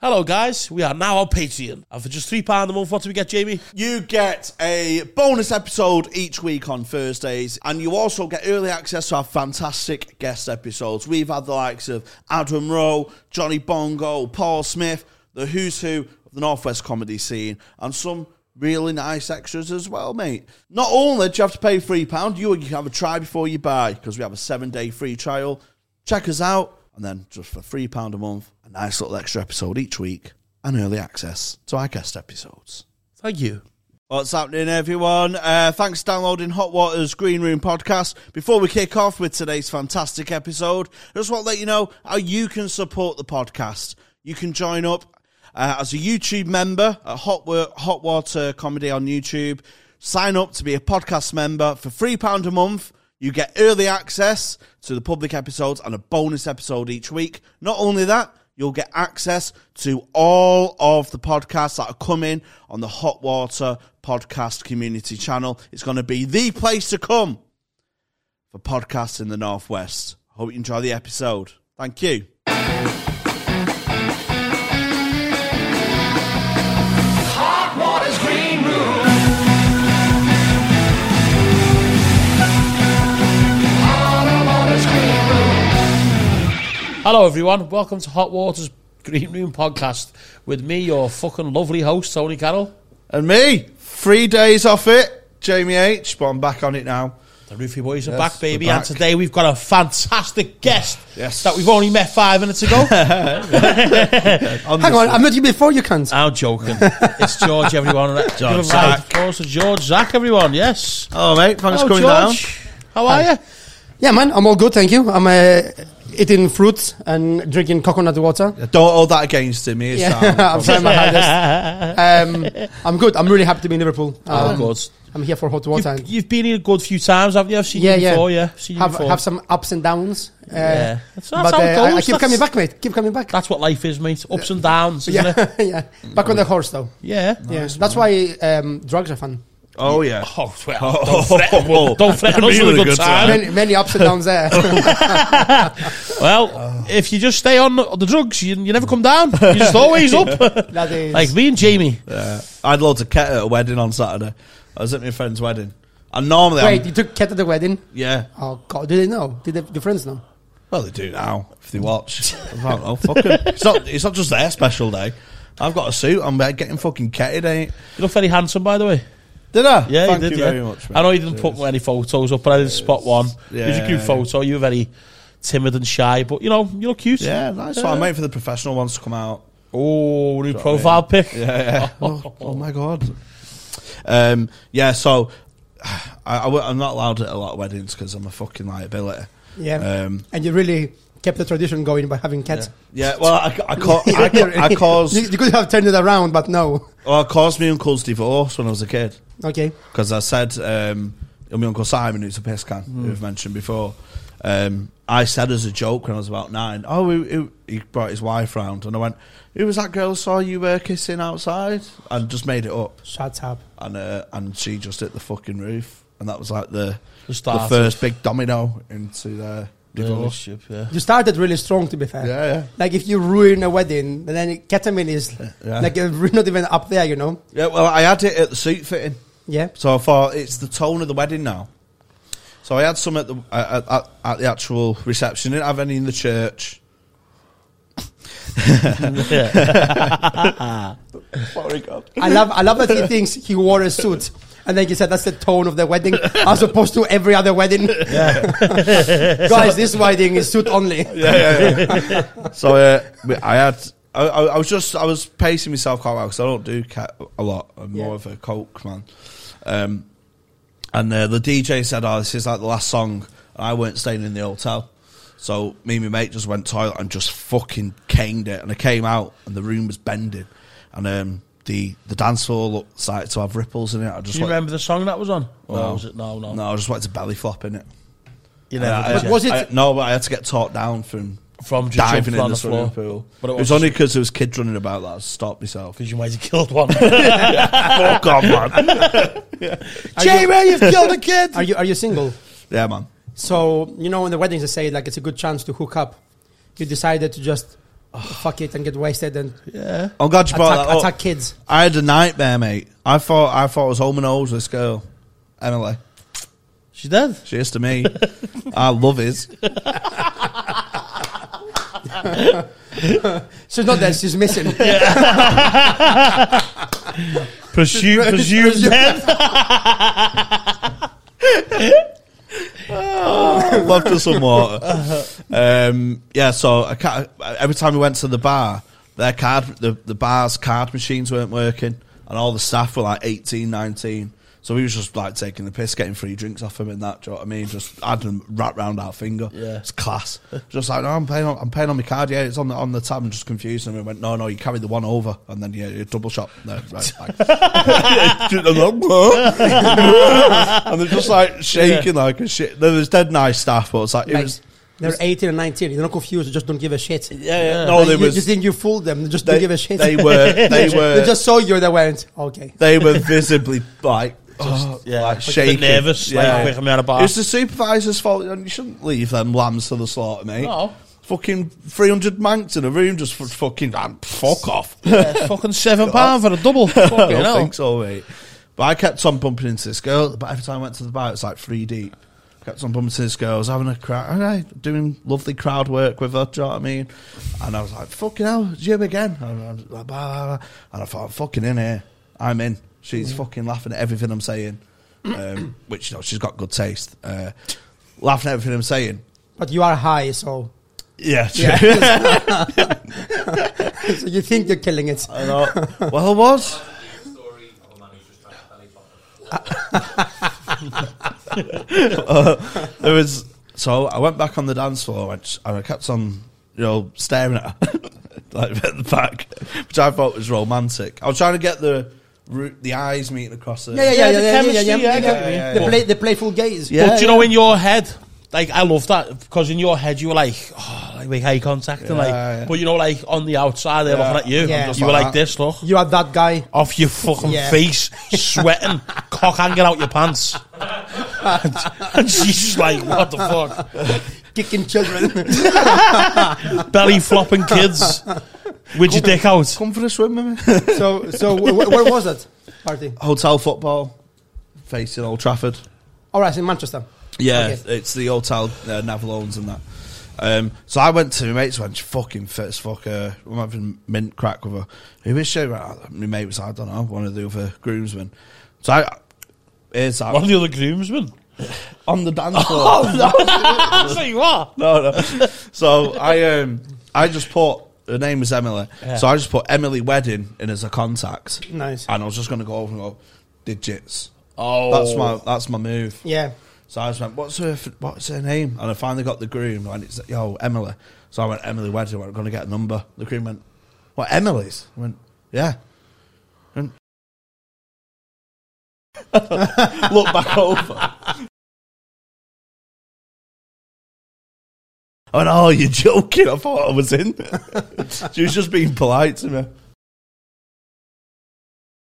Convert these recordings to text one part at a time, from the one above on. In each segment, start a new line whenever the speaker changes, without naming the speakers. Hello, guys. We are now on Patreon. And for just £3 a month, what do we get, Jamie?
You get a bonus episode each week on Thursdays, and you also get early access to our fantastic guest episodes. We've had the likes of Adam Rowe, Johnny Bongo, Paul Smith, the who's who of the Northwest comedy scene, and some really nice extras as well, mate. Not only do you have to pay £3, you can have a try before you buy, because we have a seven day free trial. Check us out, and then just for £3 a month, a nice little extra episode each week, and early access to our guest episodes.
Thank you.
What's happening, everyone? Uh, thanks for downloading Hot Water's Green Room podcast. Before we kick off with today's fantastic episode, I just want to let you know how you can support the podcast. You can join up uh, as a YouTube member at Hot, Wa- Hot Water Comedy on YouTube. Sign up to be a podcast member for £3 a month. You get early access to the public episodes and a bonus episode each week. Not only that, You'll get access to all of the podcasts that are coming on the Hot Water Podcast Community channel. It's going to be the place to come for podcasts in the Northwest. Hope you enjoy the episode. Thank you.
Hello, everyone. Welcome to Hot Water's Green Room podcast with me, your fucking lovely host, Tony Carroll.
And me, three days off it, Jamie H, but I'm back on it now.
The Roofy Boys are
Yes,
back, baby.
we're
And
back.
today we've got a fantastic guest
Yes.
that we've only met five minutes ago.
Hang on, I met you before you can't.
I'm joking. It's George, everyone. Give a round
Zack.
Of course, to George Zach, everyone. Yes.
Oh, mate, thanks
Hello,
for coming down.
George. How are you?
yeah, man, I'm all good, thank you. I'm uh, eating fruits and drinking coconut water.
Don't hold that against him. He is down.
Yeah, I'm trying my hardest. Um, I'm good. I'm really happy to be in Liverpool.
Oh,
Um,
good.
I'm here for hot water.
You've, you've been here a good few times, haven't you? I've seen
yeah,
you
yeah.
before, yeah. I've seen you
have
before.
have some ups and downs. Uh,
Yeah. That's- that's
but
how
uh,
it
I- I,
goes.
keep
That's-
coming back, mate. Keep coming back.
That's what life is, mate. Ups and downs, isn't
yeah,
it?
yeah. Back on the horse, though.
Yeah.
yeah, that's why um, drugs are fun.
Oh, yeah.
Oh, well, don't threaten, well, don't threaten us with a
Really
good,
good
time.
time.
Many, many ups and downs there.
Well, if you just stay on the the drugs, you, you never come down. You're just always up.
that is.
like me and Jamie.
Yeah. I had loads of ket at a wedding on Saturday. I was at my friend's wedding. And normally,
Wait,
um,
I'm,
you took Kat at the wedding?
yeah.
Oh God, did they know? Did the, the friends know?
Well, they do now if they watch. I don't know. Fucking, it's not. It's not just their special day. I've got a suit. I'm uh, getting fucking ketted. Ain't
You look very handsome, by the way.
did I?
Yeah,
Thank
you did. yeah.
very much.
I know you didn't put any photos up, but I did spot one.
Yeah.
It was a cute photo. You were very timid and shy, but you know you look cute.
Yeah, nice. So I'm waiting for the professional ones to come out.
Oh, new profile pic.
Yeah. oh, oh my god. Um. Yeah. So. I, am not allowed at a lot of weddings because I'm a fucking liability.
Uh,
Yeah.
Um,
and you really kept the tradition going by having cats.
yeah. Well, I, I, ca- I, ca- I
You,
caused
you could have turned it around, but no.
well, I caused my uncle's divorce when I was a kid.
Okay.
because I said um, my uncle Simon, who's a piss can, who I've mentioned before. Um, I said as a joke when I was about nine, oh, he, he, he brought his wife round, and I went, "Who was that girl I saw you uh, kissing outside?" And just made it up,
Shut up.
and uh, and she just hit the fucking roof, and that was like the
The
the
start.
first big domino into their divorce.
relationship. Yeah.
You started really strong, to be fair.
Yeah, yeah,
Like if you ruin a wedding, but then ketamine is
Yeah.
like uh, we're not even up there, you know.
yeah. Well, I had it at the suit fitting.
Yeah.
So I thought it's the tone of the wedding now. So I had some at the at, at, at the actual reception. Didn't have any in the church.
yeah.
Sorry, God.
I love I love that he thinks he wore a suit. And like you said, that's the tone of the wedding, as opposed to every other wedding. Guys, this wedding is suit only.
So uh, we- I had. I, I, I was just I was pacing myself quite well because I don't do cat a lot. I'm more
Yeah.
of a coke man. Um, and uh, the DJ said, "Oh, this is like the last song." And I weren't staying in the hotel, so me and my mate just went toilet and just fucking caned it. And I came out, and the room was bending, and um, the the dance floor looked started to have ripples in it. I just
Do you
went,
remember the song that was on?
No.
was it? No, no.
no, Uh, I just went to belly flop in it.
You
And
never
I-
did,
But
yeah.
was it-
I- no, but I had to get talked down from
from just
uh,
jumping
diving in
on
the,
the
swimming
floor?
pool.
But
it was, only because there was kids running about that I stopped myself.
because you might have killed one.
Fuck off, man.
Oh, Jamie, you've killed a kid.
Are you are you single?
yeah, man.
So you know, in the weddings, they say like it's a good chance to hook up. You decided to just fuck it and get wasted and
Yeah.
Oh God, you brought
attack,
that up.
attack kids.
I had a nightmare, mate. I thought I thought I was home and old with this girl, Emily.
She did.
She is to me. I love it.
She's not there. She's missing.
Presume, presume
Presume-
death.
love for some water. Um, yeah, so I can't, every time we went to the bar, their card, the, the bar's card machines weren't working, and all the staff were like 18, 19. So we was just like taking the piss, getting free drinks off them and that. Do you know what I mean? Just had them wrapped round our finger.
Yeah.
it's class. Just like no, I'm paying, on, I'm paying on my card. Yeah, it's on the on the tab. and just confused them. And went, no, no, you carry the one over, and then yeah, you double shot. No, right, right. and they're just like shaking like a shit. There was dead nice staff, but it's like it
Like,
was
they're 18 and 19. They're not confused. They just don't give a shit.
yeah.
No,
Like,
they
you,
Oh, was
you think you fooled them. They just
they,
don't give a shit.
they were they
They
were
just saw you and they went, okay.
they were visibly like oh,
yeah,
like
like
shaking,
nervous, like, quick, I'm out of bar.
It's the supervisor's fault, and you shouldn't leave them lambs to the slaughter, mate.
No.
Fucking three hundred manx in a room, just for fucking ah, fuck off.
Yeah, fucking seven pound for a double. Fucking
I don't
hell.
think so, mate. But I kept on bumping into this girl. But every time I went to the bar, it's like three deep. Kept on bumping into this girl. I was having a crowd, all right, doing lovely crowd work with her. Do you know what I mean? And I was like, "Fucking hell, it's you again?" And I, was like, blah, blah, blah. and I thought, "I'm fucking in here. I'm in." She's fucking laughing at everything I'm saying, um, which you know she's got good taste. Uh, laughing at everything I'm saying.
But you are high, so,
Yeah, she-
so you think you're killing it.
I know. well, I was.
story of a man who's just trying to belly button.
there was so I went back on the dance floor and I just- and I kept on you know staring at her like at the back, which I thought was romantic. I was trying to get the ru- the eyes meeting across the
Yeah, yeah, yeah,
the
yeah, yeah, yeah,
chemistry,
yeah,
yeah, I
yeah,
get what you
mean.
The,
Yeah.
play, the playful gaze.
Yeah.
but you know, in your head, like I love that because in your head you were like, oh, like make eye contact and like,
Yeah, yeah.
but you know, like on the outside they're
Yeah.
looking at you.
Yeah.
You were
Like
like
that.
this, look,
You are that guy.
off your fucking
Yeah.
face, sweating, cock hanging out your pants, and she's just like, what the fuck,
Kicking children.
belly flopping kids with your dick out.
Come for a swim with me.
so, so wh- wh- where was that party?
Hotel football facing Old Trafford.
All right, in Manchester.
Yeah,
Okay.
it's the hotel uh, Navalones and that. Um, so I went to my mate's went, "She fucking fit as fuck. Uh, I'm having mint crack with her. Who is she? Right, My mate was, I don't know, one of the other groomsmen. So I, here's that.
One of the other groomsmen.
on the dance floor.
Oh,
That's what you are.
no, no. So I um I just put her name was Emily.
Yeah.
So I just put Emily Wedding in as a contact.
Nice.
And I was just gonna go over and go, digits.
Oh,
That's my that's my move.
Yeah.
So I just went, what's her f- what's her name? And I finally got the groom and it's yo, Emily. So I went, Emily Wedding, I went, I'm gonna get a number. The groom went, What, Emily's? I went, Yeah. I went, Look back over. I went, Oh, you're joking. I thought I was in. she was just being polite to me.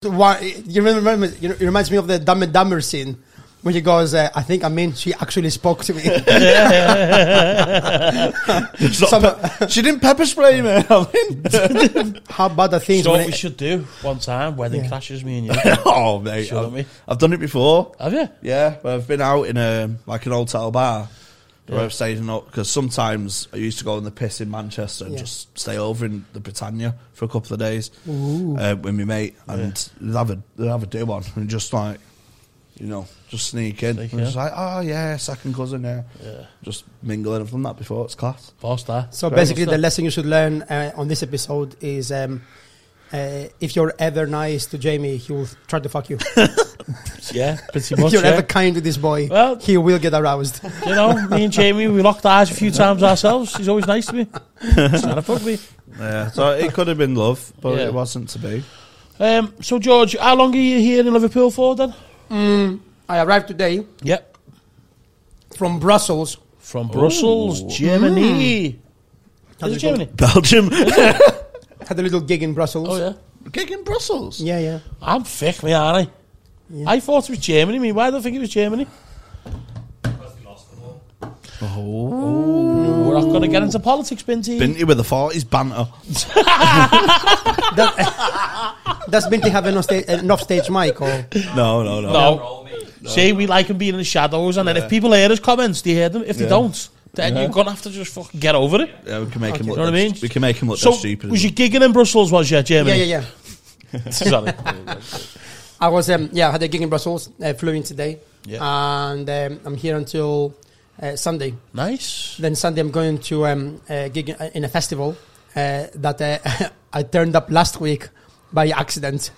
So Why, you remember? You know, it reminds me of the Dumb and Dumber scene when he goes, uh, "I think I mean she actually spoke to me."
It's not
Some-
pe- she didn't pepper spray me. I'm in.
How about the things?
So
when
what we
it-
should do one time, wedding crashes, me and you.
oh, mate.
Sure,
I've,
mate.
I've done it before.
Have you?
Yeah, but I've been out in a like an hotel bar where I've stayed in because sometimes I used to go on the piss in Manchester and
Yeah.
just stay over in the Britannia for a couple of days uh, with my mate and they'd have a they'd have a day one and just like you know just sneak in
Sneak
and
in.
just like oh yeah second cousin yeah
Yeah.
just mingling I've done that before it's class
Boss that.
So
Very
basically,
much
the
that.
lesson you should learn uh, on this episode is um, uh, if you're ever nice to Jamie, he will try to fuck you.
Yeah, pretty
if
much.
you're
yeah.
ever kind to this boy,
Well-
he will get aroused.
You know, me and Jamie, we locked eyes a few times ourselves. She's always nice to me. She's trying to fuck me.
yeah so it could have been love but
Yeah.
it wasn't to be
Um, so, George, how long are you here in Liverpool for then?
I arrived today
Yep.
from Brussels.
From Brussels, Germany.
Had
Mm. Is it
a little-
Germany?
Belgium
Had a little gig in Brussels.
Oh, yeah.
gig in Brussels
yeah, yeah.
I'm thick, me, aren't I?
Yeah.
I thought it was Germany. Me, why do I think it was Germany? Oh.
Because we lost the ball.
We're not got to get into politics, Binty.
Binty with the 40s banter.
Does Binti have an offstage, an offstage mic? Or
No, no, no.
No.
Roll me.
See, we like them being in the shadows, and then if people hear us comments, they hear them. If they
Yeah.
don't, then you're gonna have to just fucking get over it.
Yeah, uh, we can make him
You
look.
know what I mean?
We can make him look
so
that stupid.
was you gigging in Brussels? Was you,
yeah,
Germany?
yeah, yeah.
yeah. Sorry.
I was um, yeah, I had a gig in Brussels. Uh, flew in today,
Yeah.
and um, I'm here until uh, Sunday.
nice.
Then Sunday I'm going to um, a gig in a festival uh, that uh, I turned up last week by accident.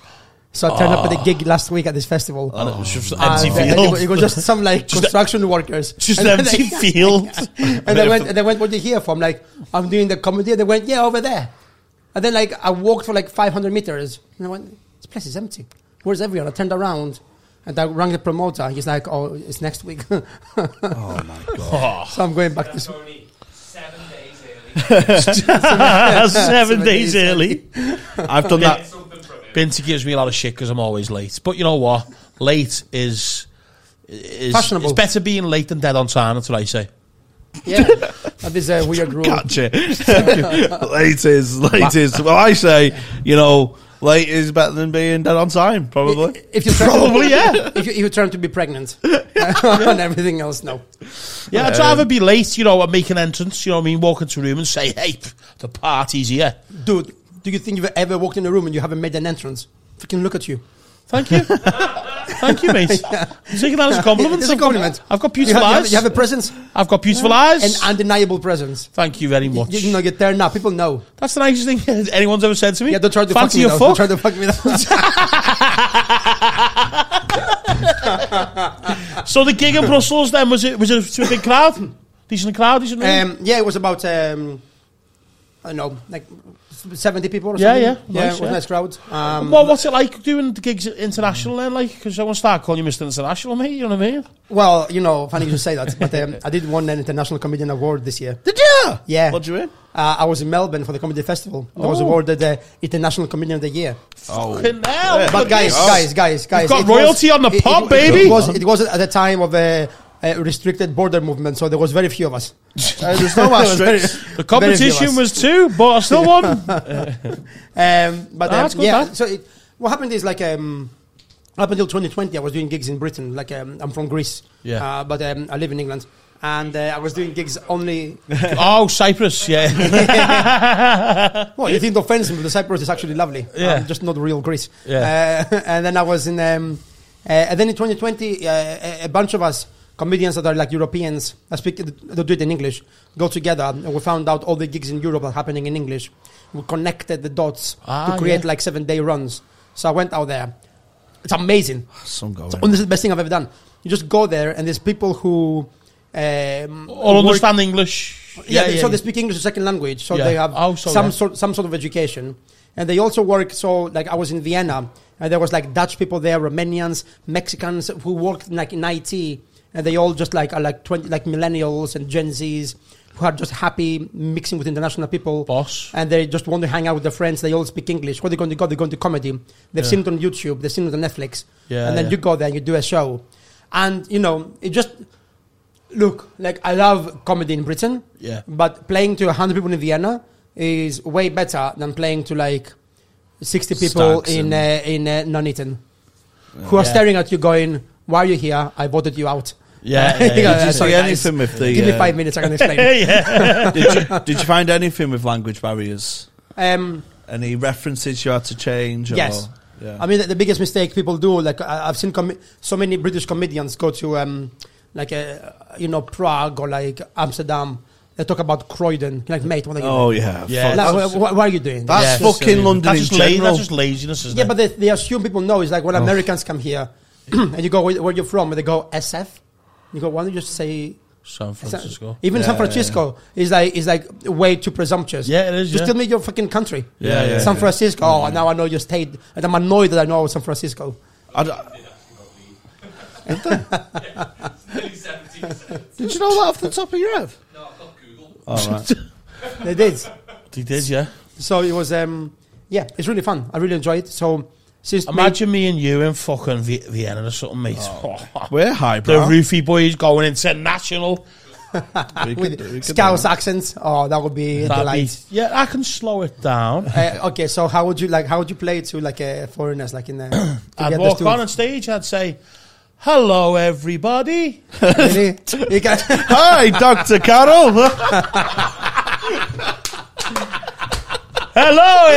So I turned up
Ah.
at a gig last week at this festival.
Oh.
And it was just
And,
empty
uh, it,
field.
was, it was just some like
Just-
construction workers.
just
And
an
then
empty
they-
field.
And they went, and they went, what do you hear from? Like, I'm doing the comedy. They went, yeah, over there. And then, like, I walked for like 500 meters. And I went, this place is empty. Where's everyone? I turned around and I rang the promoter. He's like, oh, it's next week. so
oh my god!
Oh,
I'm going back
That's
this
only seven days early.
seven days early.
I've done
Get
that.
something from him.
Binty gives me a lot of shit because I'm always late. But you know what? Late is. Is,
Fashionable.
It's better being late than dead on time. That's what I say.
Yeah, that is a weird rule.
Gotcha. latest, latest. Well, I say, you know, late is better than being dead on time, probably.
If you try
Probably,
to,
yeah.
If you, if you try to be pregnant and everything else, no.
Yeah, I'd rather be late, you know, and make an entrance, you know what I mean? Walk into a room and say, hey, pff, the party's here.
Dude, do you think you've ever walked in a room and you haven't made an entrance? Fucking look at you.
Thank you. Thank you, mate. I'm taking that as a compliment.
It's a
I've got-
compliment.
I've got
You
beautiful
have, you, have,
eyes.
you have a presence,
I've got beautiful
an
eyes.
undeniable presence.
Thank you very much.
You, you know, you turn up, people know.
That's the nicest thing anyone's ever said to me.
Yeah, don't try to
Fancy
fuck me.
your
though.
fuck.
Don't try to fuck me. though.
So the gig in Brussels then was it was it to a big crowd? Decent crowd, decent room?
um, yeah, it was about um, I don't know, like seventy people or
Yeah,
something.
yeah,
yeah.
nice,
it was
yeah.
a nice crowd. Um,
well, what's it like doing the gigs international then? Like, because I want to start calling you Mr. International, mate. You know what I mean?
well, you know, funny you should say that, but um, I did win an international comedian award this year.
Did you?
Yeah.
What would you win?
Uh, I was in Melbourne for the comedy festival. I was
Oh.
awarded the International Comedian of the Year.
Oh,
Fucking hell,
Yeah.
But
goodness.
guys, guys, guys, guys,
got
it was-
royalty on the
it-
pub,
it-
baby.
It was it was at the time of a, a restricted border movement, so there was very few of us.
Uh, there's no asterisks.
the competition was two, but I still won.
Um, but
Ah,
um,
that's good,
yeah,
huh?
so it, what happened is like um, up until 2020, I was doing gigs in Britain. Like um, I'm from Greece,
Yeah.
uh, but um, I live in England, and uh, I was doing gigs only.
oh, Cyprus, yeah,
well, you think the offense, but the Cyprus is actually lovely.
Yeah.
um, just not real Greece.
Yeah.
Uh, and then I was in, um, uh, and then in 2020, uh, a- a bunch of us. Comedians that are like Europeans, that speak, they do it in English, go together, and we found out all the gigs in Europe are happening in English. We connected the dots
Ah,
to create
yeah.
like seven day runs. So I went out there. It's amazing.
Some going.
And this is the best thing I've ever done. You just go there, and there's people who um,
all
work-
understand English.
Yeah, they- so they speak English as a second language, so
Yeah.
they have
Oh, so
some
yeah.
sort some sort of education, and they also work. So like I was in Vienna, and there was like Dutch people there, Romanians, Mexicans who worked like in IT, and they all just like are like twenty like millennials and Gen Zs who are just happy mixing with international people
boss.
and they just want to hang out with their friends. They all speak English. What are they going to go? They're going to comedy. They've seen it on YouTube. They've seen it on Netflix.
Yeah,
and then
yeah.
you go there and you do a show, and you know it just look like I love comedy in Britain.
Yeah.
but playing to hundred people in Vienna is way better than playing to like sixty people
Stags
in
and-
uh, in uh, Nuneaton, who are
Yeah.
staring at you going, "Why are you here? I voted you out."
Yeah,
You
yeah,
go,
yeah.
Did you
"Sorry,
see
guys.
anything with the,
Give me
uh,
five minutes. I can
Yeah,
explain.
yeah.
did, you, did you find anything with language barriers?
um,
Any references you had to change? Or,
Yes.
Yeah.
I mean, the, the biggest mistake people do, like I, I've seen com- so many British comedians go to, um, like, uh, you know, Prague or like Amsterdam. They talk about Croydon. Like, mate, what are you
oh yeah.
Yeah.
doing?
Fuck.
Like, wh- wh- what are you doing?
That's
Yeah,
fucking
so-
London
That's
in
just, la-
general.
that's just laziness, isn't
yeah,
it?
but they, they assume people know. It's like
Oh.
when Americans come here and you go, where, where you from? And they go, SF. You go, why don't you just say
San Francisco.
Even San
Yeah, yeah,
Francisco is like is like way too presumptuous.
Yeah, it is,
Just
yeah.
tell me your fucking country.
Yeah, yeah,
San
yeah.
Francisco. Oh, now I know your state, and I'm annoyed that I know San Francisco.
I d-
Nearly 70%.
did you know that off the top of your head?
No, I've got Google.
All right.
They did.
They did, yeah.
So it was, um, yeah, it's really fun. I really enjoy it. So since May,
Imagine me and you in fucking v- Vienna or something, mate.
Oh.
We're high,
the
bro.
roofie boys going international.
We could do- we
with
could do
Scouse
that.
accents. Oh, that would be a
That'd be,
delight.
yeah, I can slow it down.
Uh, okay, so how would you like? How would you play it to like uh, foreigners, like in the? to
I'd
get
walk
understood?
on on stage. I'd say, "Hello, everybody."
Really? You can-
Hi, Oh, Dr. Carol.
Hello,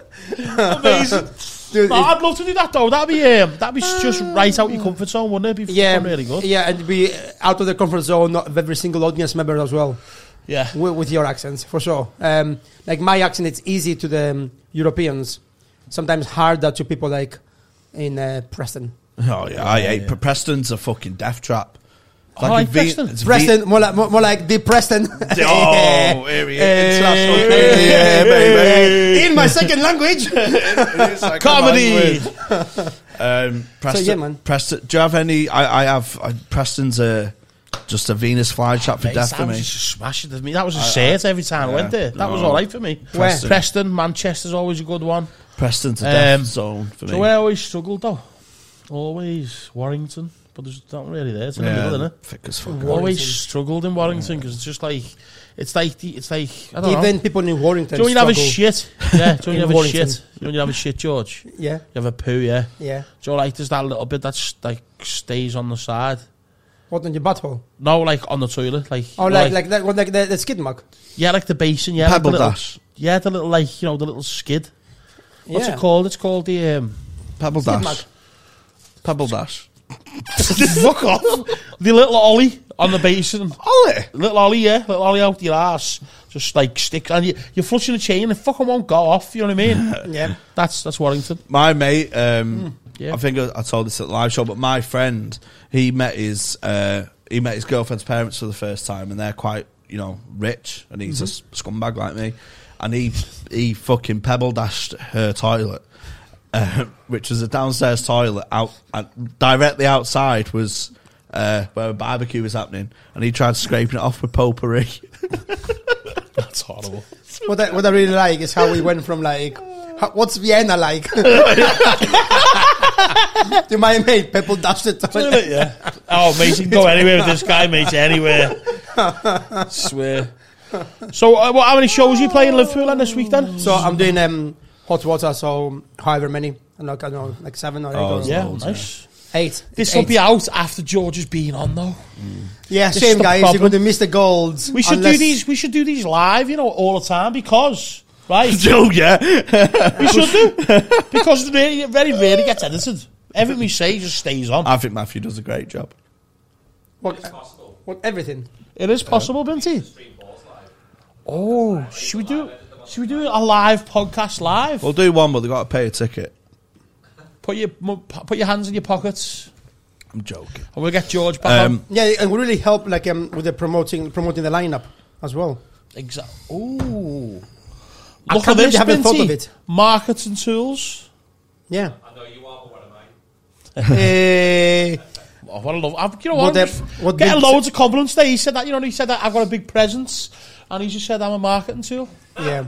everybody. Amazing.
Dude,
No,
it-
I'd love to do that though. That'd be um, that'd be just right out your comfort zone, wouldn't it? Be
yeah,
fucking really good.
Yeah, and be out of the comfort zone of every single audience member as well.
Yeah,
with, with your accents for sure. Um, like my accent, it's easy to the um, Europeans. Sometimes harder to people like in uh, Preston.
Oh yeah, I hate Pre- Preston's a fucking death trap. It's
I like
a
Preston.
it's a
Preston, more like, more, more like the Preston.
V- oh, here he is. International.
Hey.
Yeah, baby.
in my second language.
It's like a
Comedy.
language. Um, Preston,
yeah, man.
Preston, do you have any? I, I have. I, Preston's a just a Venus flytrap for
Mate,
death
that
for
was
me.
just smashing to me. That was a set every time I went there. That was
No.
all right for me.
Where?
Preston, Preston Manchester's always a good one.
Preston's a
Um,
death zone for me.
So where I always struggled though, always Warrington, but there's not really there. It's in the middle, isn't it?
thick as fuck.
Always
Warrington.
struggled in Warrington because it's just like it's like the, it's like I don't know.
Even people in Warrington.
Do you have a
struggle.
shit? Yeah. Do you
In
have a
Warrington.
shit? Do you have a shit, George? You
Yeah,
have a poo, yeah.
yeah.
Do you like there's that little bit that's like stays on the side?
What on your butthole?
No, like on the toilet, like
Oh,
you know,
like like that, what, like the, the skid mark.
yeah, like the basin, yeah,
Pebble
like the little,
dash,
yeah, the little like you know the little skid. What's
yeah.
it called? It's called the um,
pebble
Skid
dash,
mark.
pebble dash.
fuck off the little ollie on the basin.
Ollie,
Little ollie, yeah, little ollie out your ass, just like sticks, and you, you're flushing the chain, and it fucking won't go off. You know what I mean?
Yeah.
that's that's Warrington.
my mate. Um,
yeah.
I think I, I told this at the live show, but my friend he met his uh, he met his girlfriend's parents for the first time, and they're quite you know rich, and he's a scumbag like me, and he he fucking pebble dashed her toilet. Uh, which was a downstairs toilet out uh, directly outside was uh, where a barbecue was happening, and he tried scraping it off with potpourri.
That's horrible.
What I, what I really like is how we went from like, how, what's Vienna like? to my mate, people dashed it.
yeah. Oh, mate, you can go anywhere with this guy, mate. Anywhere. Swear. So, uh, what, how many shows you play in Liverpool then this week then?
So I'm doing um, hot water, so however many, I don't know, like seven or eight,
Oh,
or
yeah,
loads,
nice.
eight.
This will
eight.
be out after George has been on though.
yeah,
this
shame
is the
guys,
problem.
you're going to miss the golds.
We should
unless-
do these. We should do these live, you know, all the time because right,
oh yeah,
we should do because it really, it very rarely gets edited. Everything we say just stays on.
I think Matthew does a great job.
It's
What,
possible.
what everything?
It is possible, Binty.
Stream balls live.
Oh, should we do? Should we do a live podcast live?
We'll do one, but they got to pay a ticket.
Put your mo- put your hands in your pockets,
I'm joking.
and we'll get George back on.
Um,
Yeah, and we really help like um, with the promoting promoting the lineup as well.
Exactly. Ooh.
I
Look at
can't believe
this,
you haven't thought
Binty.
of it.
Marketing tools.
Yeah,
I know you are, but what am I?
Eh,
Oh, what a love. I've, you know
What
what? I'm
the-
just
what
getting
big-
loads of compliments there. He said that, you know, he said that I've got a big presence. And he just said I'm a marketing tool.
yeah,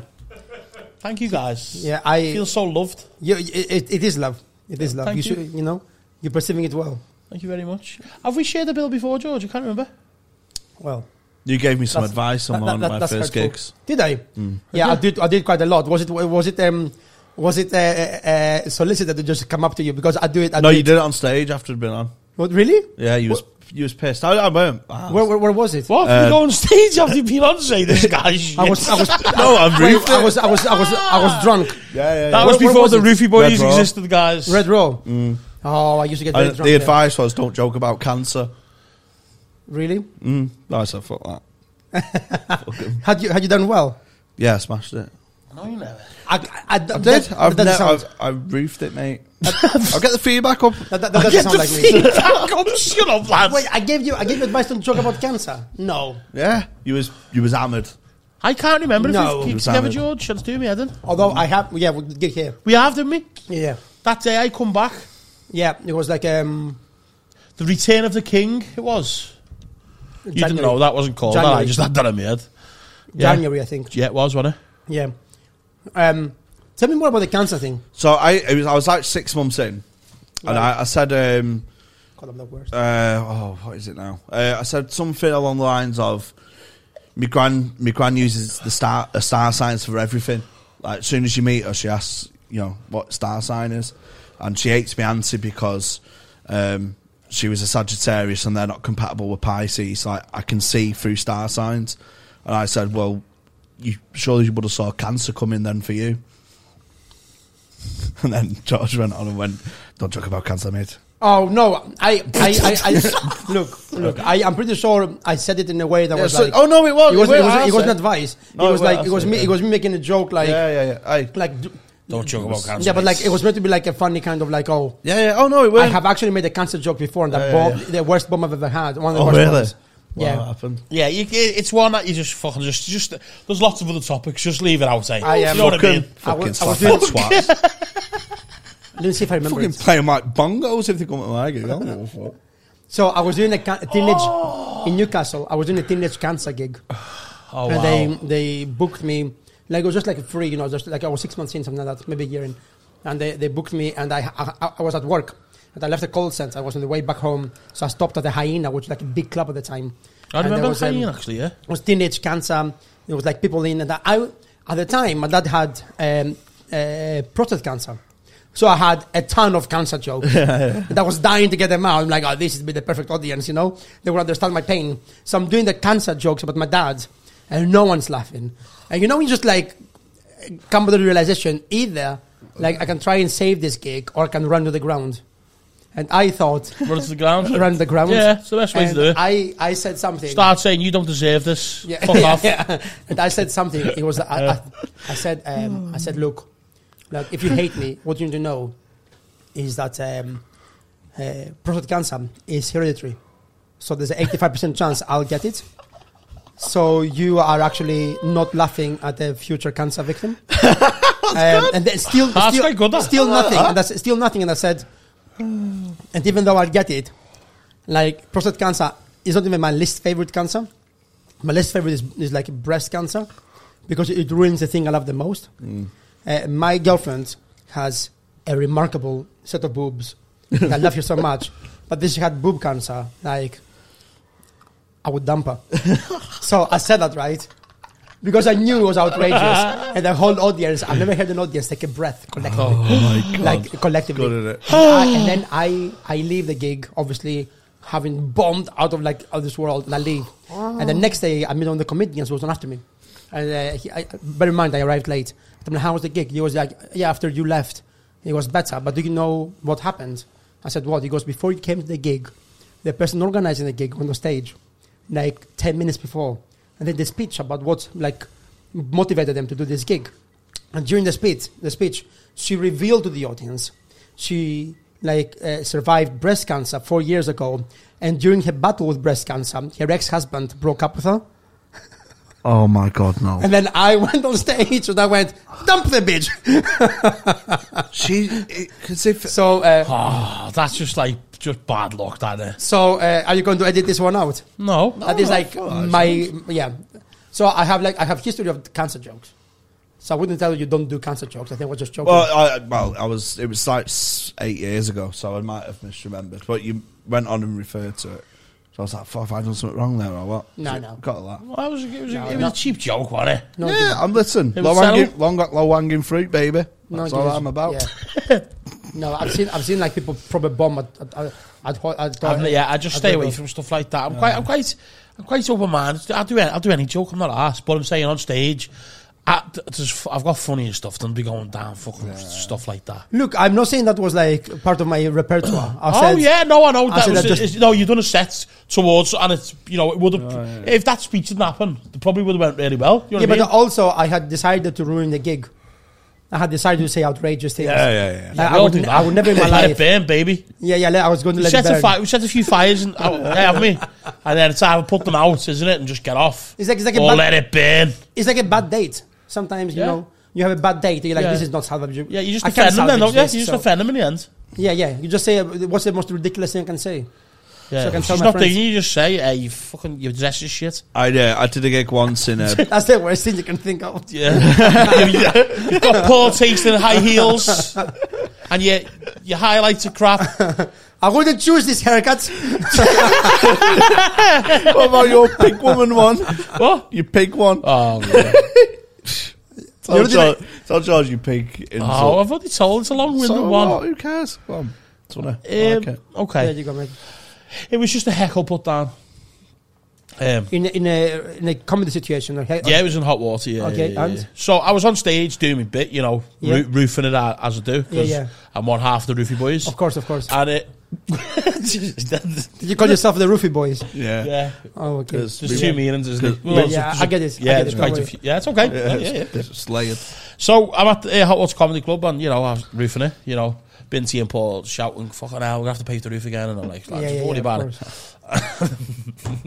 Thank you guys.
yeah.
I
I
feel so loved.
you, it, it is love. It is love.
Thank
You
you.
should, you know, you're perceiving it well.
Thank you very much. Have we shared a bill before, George? I can't remember.
Well,
you gave me some
That's-
advice on
that-
one
that-
of my
that's
first Mm.
hurtful.
gigs.
Did I? Yeah, I did. I did quite a lot. Was it? Was it? Um, was it uh, uh, uh, solicitor to just come up to you because I do it? I
no,
do
you
it.
did it on stage after it'd been on.
What, really?
Yeah, you was you was pissed. I, "Ah, I weren't.
Where, where, where was it?
What?
Uh,
we go on stage after you've been on say this guy.
I was. I was.
no, I'm
wait,
rude.
I was. I was. I was. I
Ah.
was drunk.
Yeah,
that
yeah. yeah.
was
where- where
before
was
the
it?
Roofie Boys
Red Rock.
existed, guys.
Red row. Oh, I used to get very
And
drunk.
Mm. Uh, the
there.
advice was don't joke about cancer.
Really?
Mm. I said fuck that.
Had you had you done well?
Yeah, I smashed it.
No, you never.
I, I,
I
that,
did.
That,
I've,
that
ne-
sounds,
I've I roofed it, mate. I'll get the feedback up.
that, that, that doesn't
Get
sound
the
like me.
feedback up. Shut up, lads.
Wait, I gave you I gave you advice to joke about cancer. No,
Yeah, you was you was hammered.
I can't remember
No.
if we've kept
It was
together,
Alan.
George. Let's do me, Eden.
although I have. Yeah, we get here.
We have, didn't we?
Yeah,
That day I come back.
yeah. It was like um.
The Return of the King, it was. You
January-
didn't know that wasn't called that. I
January.
just had that in my head. Yeah.
January, I think.
Yeah, it was, wasn't it?
Yeah. Um, tell me more about the cancer thing.
So I it was I was like six months in, and I, I said um,
call them the worst.
uh, oh, what is it now? Uh, I said something along the lines of my gran. My gran uses the star a star signs for everything. Like as soon as you meet her, she asks, you know, what star sign is, and she hates my auntie because um, she was a Sagittarius and they're not compatible with Pisces. Like I can see through star signs, and I said, well, you surely you would have saw Cancer coming then for you. And then George went on and went, "Don't joke about cancer, mate."
Oh no, I, I, I, I look, look. I, I'm pretty sure I said it in a way that
Yeah,
was
so-
like,
oh no, it was.
it was,
wait,
it was,
I
it was
said-
not advice.
No,
it was
wait,
like
I
it was
said,
me.
yeah.
It was me making a joke, like,
yeah, yeah, yeah. Aye.
like, d-
Don't joke about cancer.
yeah, but like
mate.
it was meant to be like a funny kind of like, oh,
yeah, yeah. Oh no, it was.
I have actually made a cancer joke before, and that
Yeah, yeah,
bomb, the worst bomb I've ever had. One of the
oh
worst
really?
ones.
Wow,
Yeah.
that happened?
Yeah, you, it- it's one that you just fucking just just. There's lots of other topics. Just leave it out, eh?
I am
you know what I mean?
Fucking,
I
fucking
was- I was
slap that twat.
Let me see if I remember.
Fucking
It.
playing like bongos if they come to my gig. I don't know what.
So I was doing a, ca- a teenage in Newcastle. I was doing a teenage cancer gig,
Oh
and
wow.
they they booked me. Like it was just like free, you know, just like I was six months in, something like that, maybe a year in, and they, they booked me, and I, I I was at work, and I left the call center. I was on the way back home, so I stopped at the Hyena, which was like a big club at the time.
I
And there
remember
um,
saying actually, yeah.
was teenage cancer. It was like people in and that. I at the time my dad had um, uh, prostate cancer, so I had a ton of cancer jokes and I was dying to get them out. I'm like, oh, this would be the perfect audience, you know? They would understand my pain. So I'm doing the cancer jokes about my dad, and no one's laughing. And you know, when you just like come to the realization either like I can try and save this gig or I can run to the ground. And I thought.
Run to the ground.
Run to the ground.
Yeah, it's the best way to
And
do it.
I, I said something.
Start saying you don't deserve this.
Yeah,
Fuck
yeah,
off.
yeah. And I said something. It was I, I, I said um, I said look, like if you hate me, what you need to know is that um, uh, prostate cancer is hereditary. So there's an 85% chance I'll get it. So you are actually not laughing at a future cancer victim. um, and then still,
That's
still,
quite good, that.
still nothing. And that's still nothing. And I said, "Mm." and even though I'll get it, like prostate cancer is not even my least favorite cancer. My least favorite is, is like breast cancer because it ruins the thing I love the most.
Mm.
Uh, my girlfriend has a remarkable set of boobs. I love you so much, but this had boob cancer. Like, I would dump her. so I said that right because I knew it was outrageous, and the whole audience. I've never heard an audience take a breath collectively,
Oh
like collectively.
Good, isn't it?
And, I, and then I I leave the gig, obviously having bombed out of like of this world. And I leave, and the next day I meet one of the comedians who was on after me, and uh, he, I, bear in mind I arrived late. I mean, how was the gig? He was like, yeah, after you left, it was better. But do you know what happened? I said, what? He goes, before you came to the gig, the person organizing the gig on the stage, like ten minutes before, and then the speech about what like motivated them to do this gig. And during the speech, the speech, she revealed to the audience she like uh, survived breast cancer four years ago, and during her battle with breast cancer, her ex-husband broke up with her.
Oh my god, no.
And then I went on stage and I went, "Dump the bitch."
she because if
So, uh,
Oh, that's just like just bad luck, that is.
so uh, are you going to edit this one out?
No.
that is like
fuck.
my yeah. So I have like I have history of cancer jokes. So I wouldn't tell you don't do cancer jokes. I think I was just joking.
well, I, well, I was. It was like s- eight years ago, so I might have misremembered. But you went on and referred to it, so I was like, "Fuck, have I done something wrong there or what?"
No,
So
no.
got that.
Well, it was, it was,
No,
it was
no.
a cheap joke, wasn't it?
no,
yeah, I'm listen.
was
Low
settled.
hanging, long, low hanging fruit, baby.
No,
That's
give
all
us-
I'm about.
yeah. no, I've seen I've seen like people probably bomb at at, at, at, ho- at, uh,
I've- yeah, I just
at
stay away
Wigan.
from stuff like that. I'm quite, I'm quite, I'm quite open minded. I'll do, any, I'll do any joke. I'm not asked, but I'm saying on stage, I, have got funnier stuff than be going down fucking stuff like that.
Look, I'm not saying that was like part of my repertoire. I
oh
said,
yeah, no, I know
I
that.
said
Was,
I just-
it's- no, you've done a set towards, and it's you know it would have if that speech didn't happen, it probably would have went really well. You know
Oh, yeah,
what
but
I mean?
also I had decided to ruin the gig. I had decided to say outrageous things.
Yeah, yeah, yeah.
Like, I,
We'll
would,
do
n-
that.
I would never in my
Let it
life.
burn, baby.
Yeah, yeah, like, I was going to
We
let
set,
it
a
burn.
fi- we set a few fires and out, have me, and then it's time to put them out, isn't it? And just get off.
It's like- it's like a
or
bad-
let it burn.
It's like a bad date. Sometimes you
Yeah.
know you have a bad date. You're like,
Yeah.
this is not salvageable.
Yeah, you just
I can't
offend them then, don't
salvage
you?
this,
You just
so-
offend them in the end.
Yeah, yeah. You just say uh, what's the most ridiculous thing I can say.
Yeah,
I can
if
tell
she's
my
not
friends.
digging you, you just say, hey, you fucking, your dress is shit.
I yeah, I did a gig once in a
That's the worst thing you can think of.
Yeah. You've got poor taste in high heels. And you, Your highlights are crap.
I wouldn't choose this haircut.
What about your pig woman one?
what?
Your pig one.
Oh, man.
Tell,
You're
George, tell George you pig.
oh, I've already told. It's a long-winded
so
one.
what? Who cares? Well, um, it's one of- I like
Um,
it.
okay.
there you go, mate.
It was just a heckle put down. Um,
In, a- in a in a comedy situation. Or he-
yeah, it was in hot water. Yeah.
Okay,
yeah, yeah,
and?
yeah. so I was on stage doing my bit, you know,
Yeah.
roo- roofing it out as I do because
Yeah, yeah.
I'm one half the roofie boys,
Of course, of course.
and it.
Did you call yourself the Roofy Boys?
Yeah.
yeah,
Oh, okay.
There's-
there's
Yeah.
two meanings, isn't it?
Yeah,
it's-
yeah,
it's
I
a-
get it, I
Yeah,
get
it's
it,
quite
don't
a
worry.
few. Yeah, it's okay.
Yeah,
Yeah, yeah, yeah.
it's- it's layered.
So I'm at the uh, Hot Water Comedy Club, and you know I was roofing it. You know, Binty and Paul shouting, "Fucking hell, we're gonna have to pave the roof again," and I'm like, "Lads, don't worry
of
about it."
course.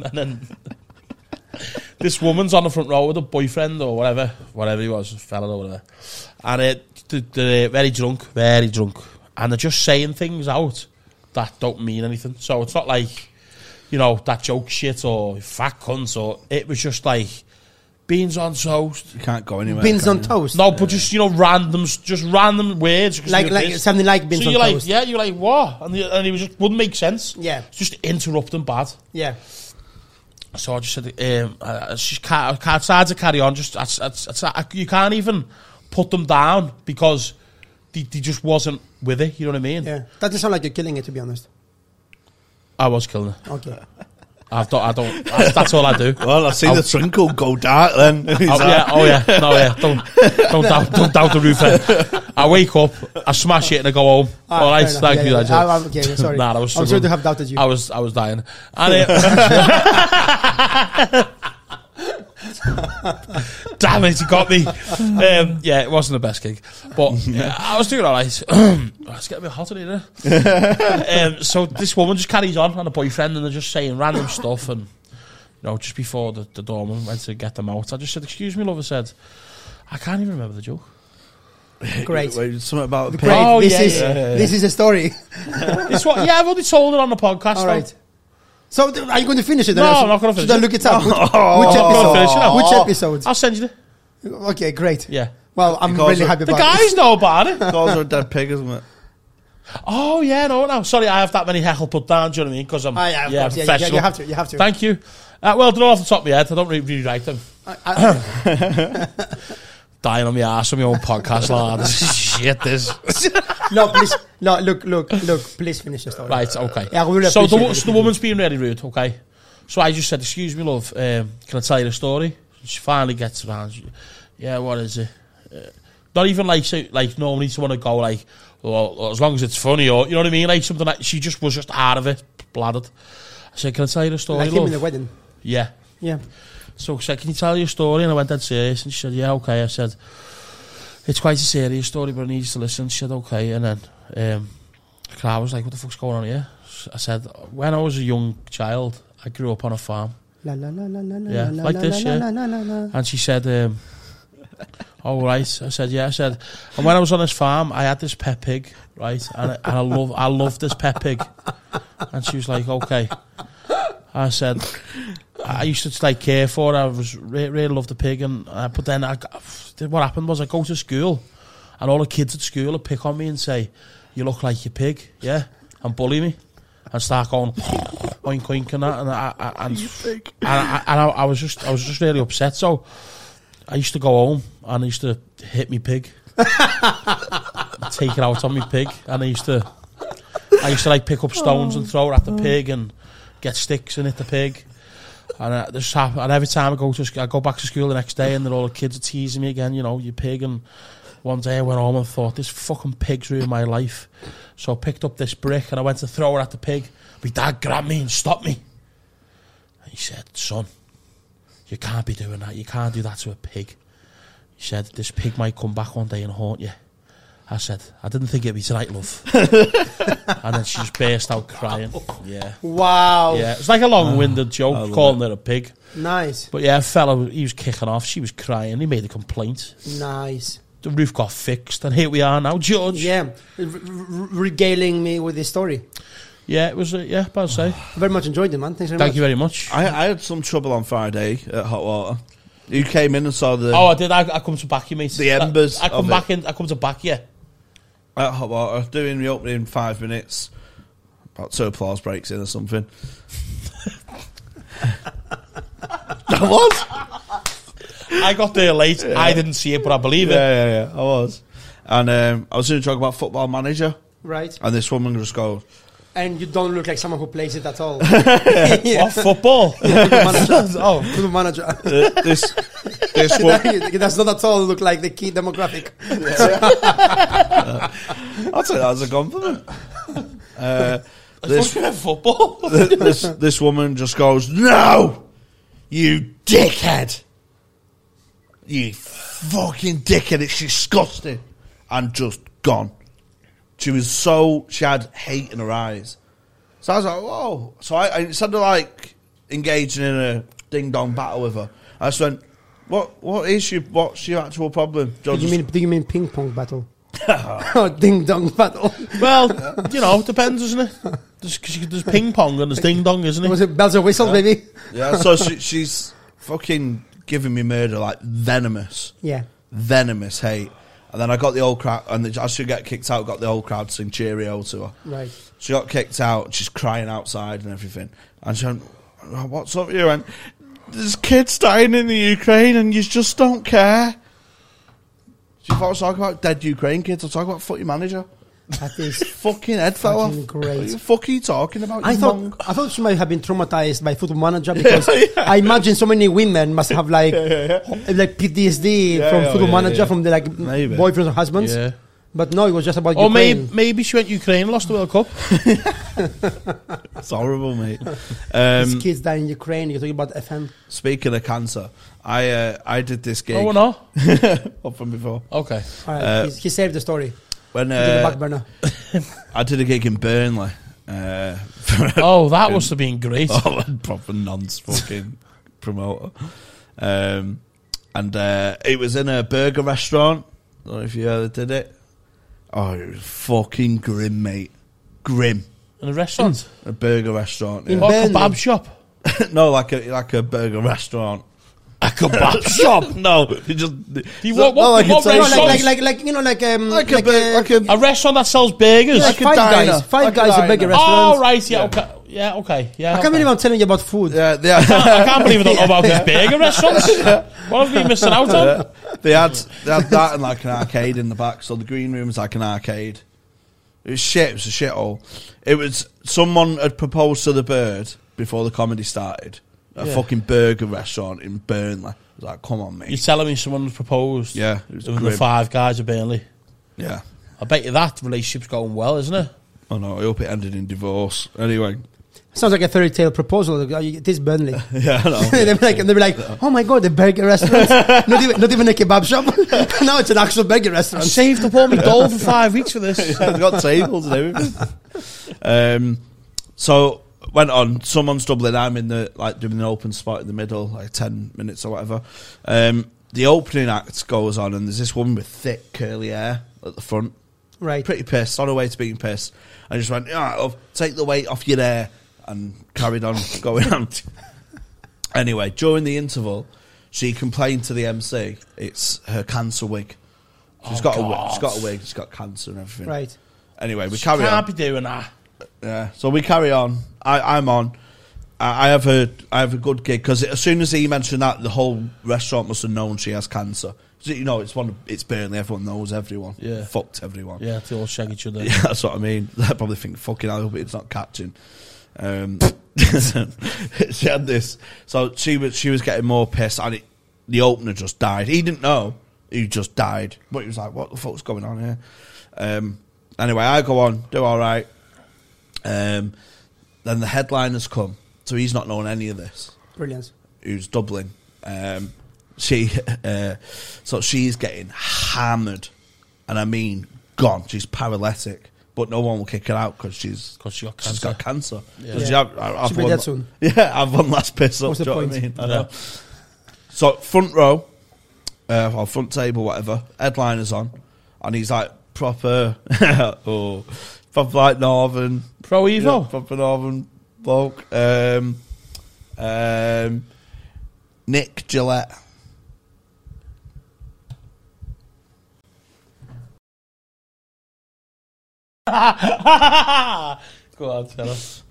and then this woman's on the front row with a boyfriend or whatever, whatever he was, fella or whatever. And it, th- they're very drunk, very drunk, and they're just saying things out that don't mean anything. So it's not like, you know, that joke shit or fat cunts or it was just like beans on toast.
You can't go anywhere.
Beans
can
on
you?
toast.
No, but just you know, random, s- just random words. 'cause
uh, Like
you're
like
pissed.
something like beans
so
on
you're like,
toast.
yeah, you're like, what? And, the, and it was just wouldn't make sense.
Yeah.
it's just interrupting bad.
yeah.
So I just said, um, I, I just can't, I can't start to carry on. Just I, I, I, I- you can't even put them down because they, they just wasn't with it. You know what I mean?
Yeah. That doesn't sound like you're killing it, to be honest.
I was killing it.
Okay.
I've don't, I don't. I, that's all I do.
Well, I see the trinkle go dark then. He's
Oh, yeah,
like,
oh yeah, no yeah, don't don't doubt, don't doubt the roof. I wake up, I smash it, and I go home.
Ah,
all right,
fair enough.
thank
Yeah,
you.
yeah,
that's
yeah.
it.
I- I'm- okay, yeah, sorry.
Nah, I was
I'm sorry
struggling.
to have doubted you.
I was I was dying, and it, damn it, you got me. Um, yeah, it wasn't the best gig, but uh, I was doing all right. Oh, it's getting a bit hot in here. um, so this woman just carries on and a boyfriend, and they're just saying random stuff. And you know, just before the, the doorman went to get them out, I just said, "Excuse me, love." I said, "I can't even remember the joke."
Great.
Wait, something about the
Great.
pig.
Oh,
this
yeah,
is
yeah, yeah,
this is a story.
It's what? Yeah, I've already told it on the podcast.
All
though.
right. So th- are you going to finish it?
No,
or
I'm
should-
not gonna finish
Should I
it.
look it up? Which,
Oh.
which
I'm
not
episode?
gonna finish it up.
Which episode?
I'll send you the.
Okay, great.
Yeah,
Well, I'm
Because
really
of-
happy
the
about
guys
this.
know about it.
Calls are a dead pig, isn't it?
Oh yeah, no, no. Sorry, I have that many heckle put down. Do you know what I mean? Because I'm
Ah, yeah, of
yeah,
course. Yeah, you-
professional.
you have to, you have to.
Thank you. Uh, well, they're all off the top of my head. I don't really, really write them.
I- I-
Dying on my ass on my own podcast, lad. This is shit. This
no, please. No, look, look, look. Please finish the story.
right? Okay.
Yeah, I really
so the,
appreciate
wo-
it.
so the woman's being really rude. Okay. So I just said, "Excuse me, love. Um, can I tell you a story?" She finally gets around. She- yeah, what is it? Uh, not even like so, like normally someone would go like, well, as long as it's funny or you know what I mean, like something like she just was just out of it, bladdered. I said, "Can I tell you a story,
Like him
love?"
in the wedding.
yeah.
Yeah.
So I said, can you tell your story? And I went, dead serious. And she said, yeah, okay. I said, it's quite a serious story, but I need you to listen. She said, okay. And then um, the crowd was like, what the fuck's going on here? I said, when I was a young child, I grew up on a farm.
La, la, la, la, la, la,
Yeah,
la,
like
la,
this,
la,
yeah.
la, la, la, la.
And she said, um, all right. I said, yeah. I said, and when I was on this farm, I had this pet pig, right? And I, and I love, I love this pet pig. And she was like, okay. I said, I used to like care for. Her. I was re- really loved the pig, and uh, but then I, got- what happened was I go to school, and all the kids at school would pick on me and say, "You look like your pig," yeah, and bully me, and start going oink oink and that, and I, I and, and, I, and I, I was just I was just really upset. So I used to go home and I used to hit me pig, take it out on me pig, and I used to I used to like pick up stones and throw it at the pig and get sticks and hit the pig. And uh, this happened. And every time I go to sc- I go back to school the next day, and they're all the kids are teasing me again. You know, you pig. And one day I went home and thought, this fucking pig's ruined my life. So I picked up this brick and I went to throw it at the pig. My dad grabbed me and stopped me. And he said, son, you can't be doing that. You can't do that to a pig. He said, this pig might come back one day and haunt you. I said, I didn't think it'd be tonight, love. and then she just burst out crying. Yeah.
Wow.
Yeah, it's like a long-winded
Ah. I
joke
love
calling her a pig.
Nice.
But yeah, a fella, he was kicking off. She was crying. He made a complaint.
Nice.
The roof got fixed, and here we are now, George. Yeah,
Yeah. R- r- regaling me with this story.
it was. Uh, yeah, but I'd say
Very much enjoyed it, man. Thanks very
thank
much.
you very much.
I, I had some trouble on Friday at Hot Water. You came in and saw the.
oh, I did. I, I come to back you, mate.
The embers
I, I come
of
back in. I come to back you.
at Hot Water, doing the opening five minutes, about two applause breaks in or something. that was.
I got there late. I didn't see it, but I believe it.
Yeah, yeah, yeah. I was. And um, I was going to talk about football manager,
right?
and this woman just goes,
And you don't look like someone who plays it at all.
What football?
oh, football manager.
uh, "This, this woman."
It does not at all look like the key demographic.
I'll take that as a compliment. Uh, this,
Fucking football.
this this woman just goes, "No, you dickhead, you fucking dickhead! It's disgusting," and just gone. She was so she had hate in her eyes. So I was like, "Whoa!" So I, I instead of like engaging in a ding dong battle with her, I just went, "What? What is your what's your actual problem?" Joe
you
just-
mean? Do you mean ping pong battle? oh, ding dong battle.
Well, you know, it depends, doesn't it? There's, 'cause you- there's ping pong and there's ding dong, isn't
Was
it?
it bells and whistle, baby?
yeah. So she, she's fucking giving me murder like venomous.
Yeah.
venomous hate. And then I got the old crowd, and the, I should get kicked out. Got the old crowd to sing cheerio to her.
Right.
She got kicked out. She's crying outside and everything. And she went, "Oh, "What's up with you?" And there's kids dying in the Ukraine, and you just don't care. She thought I was talking about dead Ukraine kids. I'm talking about footy manager.
That is.
Fucking head fell off.
Fucking great.
What the fuck are you talking about?
I
you
thought
monk?
I thought she might have been traumatized by Football Manager because
Yeah, yeah.
I imagine so many women must have like like PTSD
Yeah, oh,
from
yeah,
Football
yeah,
Manager
yeah.
from the like
Maybe.
boyfriends or husbands.
Yeah.
But no, it was just about
Or maybe,
Ukraine.
maybe she went Ukraine, lost the World Cup.
it's horrible, mate. Um,
These kids die in Ukraine. You're talking about FM.
speaking of cancer, I uh, I did this
Oh,
gig
Oh, No, we're not.
up from before
Okay.
All right,
Uh,
he's, he saved the story.
when
He's on the back
uh,
burner.
I did a gig in Burnley. Uh, for a
Oh, that must have been great.
oh, a proper nonce fucking promoter. Um, and uh, it was in a burger restaurant. I don't know if you ever did it. Oh, it was fucking grim, mate. Grim.
In a restaurant.
A burger restaurant.
In
yeah.
Or a
Burnley.
kebab shop.
no, like a like a burger restaurant.
Oh. A kebab
Shop. no, you just.
You what-
No,
what-
like
what
it's a-
Oh, uh, No, like,
restaurant?
like, like, like, you know, like, um,
Like a bur- like a-
A restaurant that sells burgers.
like
a
five
diner,
guys, five
like a
guys in
diner.
bigger restaurants.
oh, right. Yeah, okay. Yeah, okay. Yeah.
I can't
okay.
believe I'm telling you about food.
Yeah, they had,
I can't believe I don't know about these burger restaurants. What have we been missing out on?
they had they had that and like an arcade in the back. So the green room was like an arcade. It was shit. It was a shithole. It was someone had proposed to the bird before the comedy started. at A
Yeah.
fucking burger restaurant in Burnley. I was like, come on,
You're
mate.
telling me someone's proposed.
Yeah, it was
to the
grim.
five guys of Burnley.
Yeah.
I bet you that relationship's going well, isn't it?
Oh no, I hope it ended in divorce. Anyway.
Sounds like a fairy tale proposal. Like, oh, you- It is Burnley.
Yeah, I know.
they were like, and they were like, oh my god, the burger restaurant. not even, not even a kebab shop. now it's an actual burger
I
restaurant.
saved up all my gold for five weeks for this.
They've got tables and everything. Um, so went on. Someone's doubling. I'm in the like doing an open spot in the middle, like ten minutes or whatever. Um, the opening act goes on, and there's this woman with thick curly hair at the front.
Right.
Pretty pissed, on her way to being pissed. I just went, yeah, love, take the weight off your hair, and carried on going on. Anyway, during the interval, she complained to the MC. It's her cancer wig. She's
Oh,
got a wig.
God.
She's got a wig. She's got cancer and everything.
Right.
Anyway, we carry
Can't
on.
be doing that.
Yeah. So we carry on. I, I'm on. I, I have a I have a good gig because as soon as he mentioned that, the whole restaurant must have known she has cancer. So, you know, it's one. of- It's Burnley. Everyone knows everyone.
Yeah.
Fucked everyone.
Yeah, they all shag each other.
Yeah, that's what I mean. They probably think, fucking hell, I hope it's not catching. Um, she had this. So she was she was getting more pissed, and it, the opener just died. He didn't know. He just died. But he was like, what the fuck's going on here? Um, anyway, I go on, do all right. Um, then the headliners come. So he's not knowing any of this
Brilliant.
who's Dublin. Um, she, uh, so she's getting hammered, and I mean gone. She's paralytic, but no one will kick her out because she's
'Cause she got
she's got cancer.
Yeah.
Does she
Yeah.
have- I- I've
She'll be
one
dead
la-
soon.
Yeah, I've one last piss up.
What's the
do you know what I
point?
mean? I know. So front row, uh, or front table, whatever. Headliners on, and he's like proper, oh, proper like northern
Pro
yeah,
Evo.
proper northern bloke. Um, um, Nick Gillette.
Go on, tell us.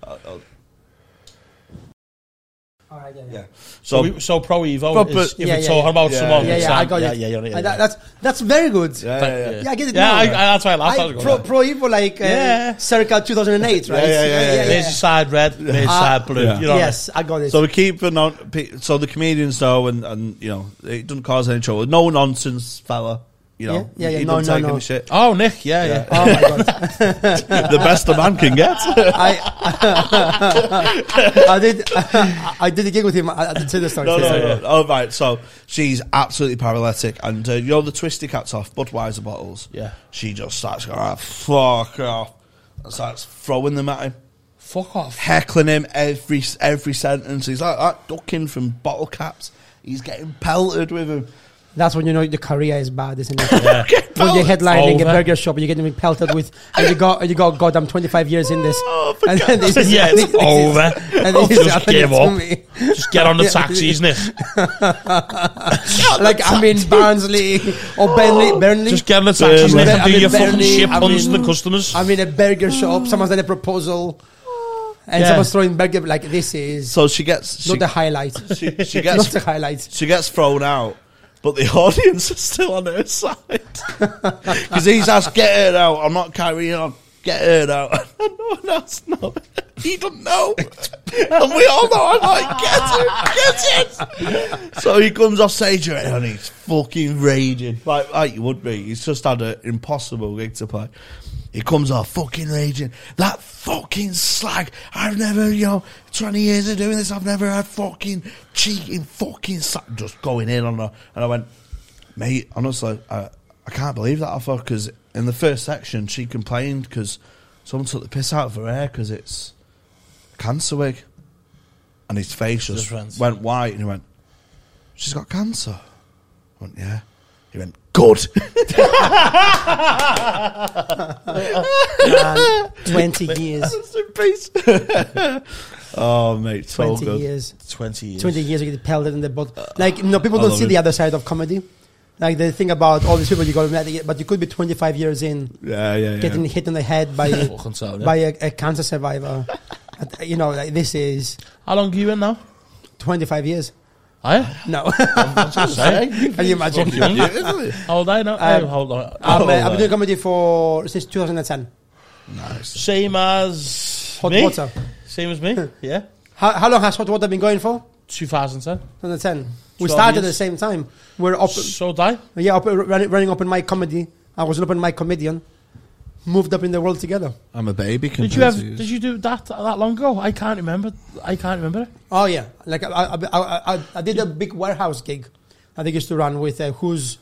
All right, yeah, yeah.
Yeah.
So,
So,
we, so pro Evo
But-
is if
but-
Yeah,
we're
yeah,
talking
yeah.
about
Yeah,
someone.
yeah,
it's
yeah, I
Sam.
got it.
Yeah, yeah, you're
Uh,
right,
that- that's that's very good.
yeah, yeah, yeah.
Yeah, I get it
Yeah,
now.
I, I, that's why I laughed. I
I,
was going,
pro,
"Yeah."
pro Evo like uh,
Yeah.
circa 2008, right?
Yeah, yeah, yeah, yeah.
There's a side red, there's
Ah,
side blue.
yeah.
You know,
yes, I got it.
So we keep the non- pe- so the comedians know, and, and you know it doesn't cause any trouble. No nonsense fella, you know.
Yeah, yeah, yeah,
He
no,
don't
no,
take
no.
any shit.
oh Nick, yeah, yeah.
oh my god,
the best a man can get.
I, I did I, I did a gig with him. I, I did say the story.
no,
say the
no,
story.
no. Oh right, so she's absolutely paralytic, and uh, you know the twisty cats off Budweiser bottles.
Yeah.
she just starts going "Ah, fuck off, and starts throwing them at him.
Fuck off.
heckling him every every sentence. He's like that ducking from bottle caps. He's getting pelted with him.
That's when you know the career is bad, isn't it? When you're
Pelted.
headlining
Over.
a burger shop, and you're getting pelted with, and you go, and you go, God, I'm 25 years in this.
Oh,
and then this is-
Yeah,
this
it's
is-
over. Oh,
And this is
Just
happening
give
to
up.
me.
Just get on the
Yeah.
taxis, Nick.
Like I'm in Barnsley or Burnley. Burnley.
Just get on the taxis,
Burnley.
Nick, and
I'm
do
in
your fucking
Burnley,
shit
I'm
puns to
in-
the customers.
I'm in a burger shop. Someone's done a proposal, and
Yeah.
someone's throwing burger. Like this is
So she gets she,
not the highlight.
she, she
not
gets
the highlight.
she gets thrown out, but the audience is still on her side because he's asked, "Get her out! I'm not carrying on." Get her out. And no one else knows. He doesn't know. and we all know. I'm like, get him, get him. So he comes off stage and he's fucking raging. Like, like you would be. He's just had an impossible gig to play. He comes off fucking raging. That fucking slag. I've never, you know, 20 years of doing this, I've never had fucking cheating fucking slag. Just going in on her. And I went, mate, honestly, I, I can't believe that of her because in the first section she complained because someone took the piss out of her hair because it's cancer wig. And his face just,
Just went-
went white and he went, She's got cancer. I went, Yeah. He went, Good.
20 years.
Rest in peace. oh, mate, so
20
good.
years.
20 years.
20 years you get pelted in the butt. Like, no, people
I
don't
love
see
it.
the other side of comedy. Like, they think about all these people you got to but you could be 25 years in
Yeah, Oh, yeah, yeah.
getting hit on the head by,
Fucking so, yeah.
by a, a cancer survivor. And, you know, like, this is
How long are you in now?
25 years.
I?
No. Can
Can
you imagine?
How old are you now?
Um,
Oh, hold on.
I'm, uh, I've
Hold
been
on.
doing comedy for since 2010.
nice.
Same as
Hot
me.
water.
Same as me. Yeah.
How, how long has hot water been going for?
2010.
2010. We
12
started at
years.
the same time. We're up,
So did I.
yeah, up, running, running open mic comedy. I was an open mic comedian. Moved up in the world together.
I'm a baby.
Did you have? Did you do that that long ago? I can't remember. I can't remember it.
Oh yeah, like I I, I, I, I did a big warehouse gig. I think I used to run with uh, whose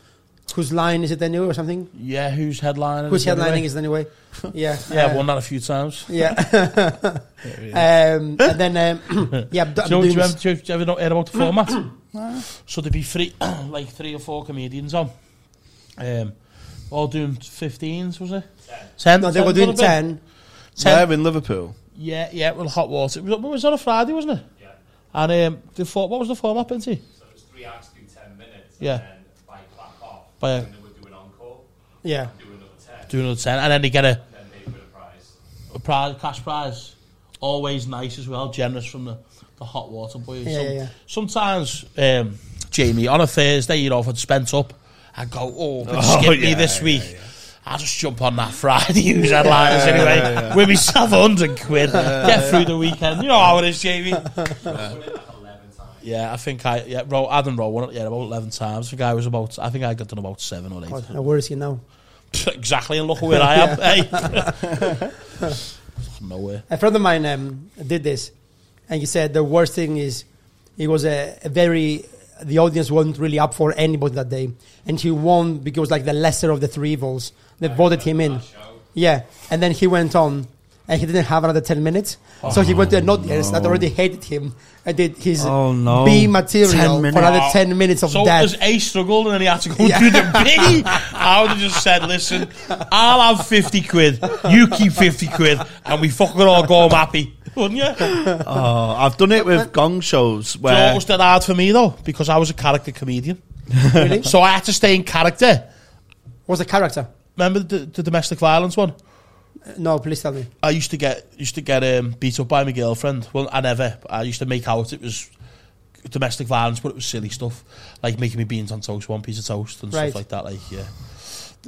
whose line is it anyway or something?
Yeah, who's headlining?
Whose headlining
anyway?
is it anyway? Yeah,
Yeah,
uh,
won that a few times.
yeah. um, and then um, yeah, I'm do- I'm
Do you,
doing
do, you ever,
this-
do you ever know, heard about the format? so there'd be three, like three or four comedians on, um, all doing 15s, was it? Ten.
no, they were doing ten.
Ten.
in Liverpool.
Yeah, yeah. Well, hot water. It was, it was on a Friday, wasn't it?
Yeah.
And um, the for, what was the format, Benty?
So it was three acts, do 10 minutes.
Yeah.
And then by clap off.
By-
And then they would do an encore,
Yeah,
do another 10,
Doing another ten, and then they get a,
and then they win a prize.
a prize, cash prize. Always nice as well, generous from the, the hot water boys.
Yeah, yeah, yeah.
Sometimes, um, Jamie, on a Thursday, you know, if I'd spent up, I'd go, oh, they
Oh,
skipped me
yeah,
this
yeah,
week. I'll just jump on that Friday, use headliners anyway, with myself a hundred quid, get through the weekend. You know how it is, Jamie.
Won it like 11 times.
Yeah, I think I, yeah, Ro, Adam Rowe won it, yeah, about 11 times. I think I was about, I think I got done about seven or eight.
God, now where is he now?
exactly, and look where I am. Hey. Nowhere.
A friend of mine um, did this, and he said the worst thing is it was a, a very the audience wasn't really up for anybody that day, and he won because like the lesser of the three evils. They voted him in.
Show.
Yeah, and then he went on, and he didn't have another ten minutes, so he went to an audience that already hated him and did his
Oh, no.
B
10
material for
minutes.
another ten minutes of
So
death.
there's A struggled and then he had to go
Yeah.
through the B. I would have just said, listen, I'll have 50 quid, you keep 50 quid, and we fucking all go home happy. Wouldn't you?
Oh, I've done it with gong shows
So
where
it was dead hard for me though, because I was a character comedian.
Really,
So I had to stay in character.
was a character.
Remember the, the domestic violence one?
Uh, No, please tell me.
I used to get used to get um, beat up by my girlfriend. Well, I never. I used to make out it was domestic violence, but it was silly stuff like making me beans on toast, one piece of toast, and
Right.
stuff like that. Like yeah,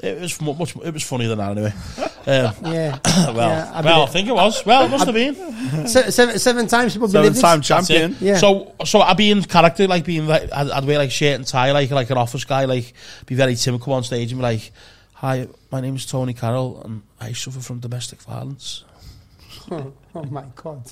it was mu- much. It was funnier than that anyway. Um,
Yeah.
well,
Yeah, I
well, I
believe-
think it was. Well, it must have been.
Se- seven, seven times people
Seven
believe
time
this.
That's it.
champion.
Yeah.
So, so I'd be in character, like being, like, I'd, I'd wear like shirt and tie, like like an office guy, like be very timid, come on stage and be like, "Hi, my name is Tony Carroll, and I suffer from domestic violence."
Oh, oh my God.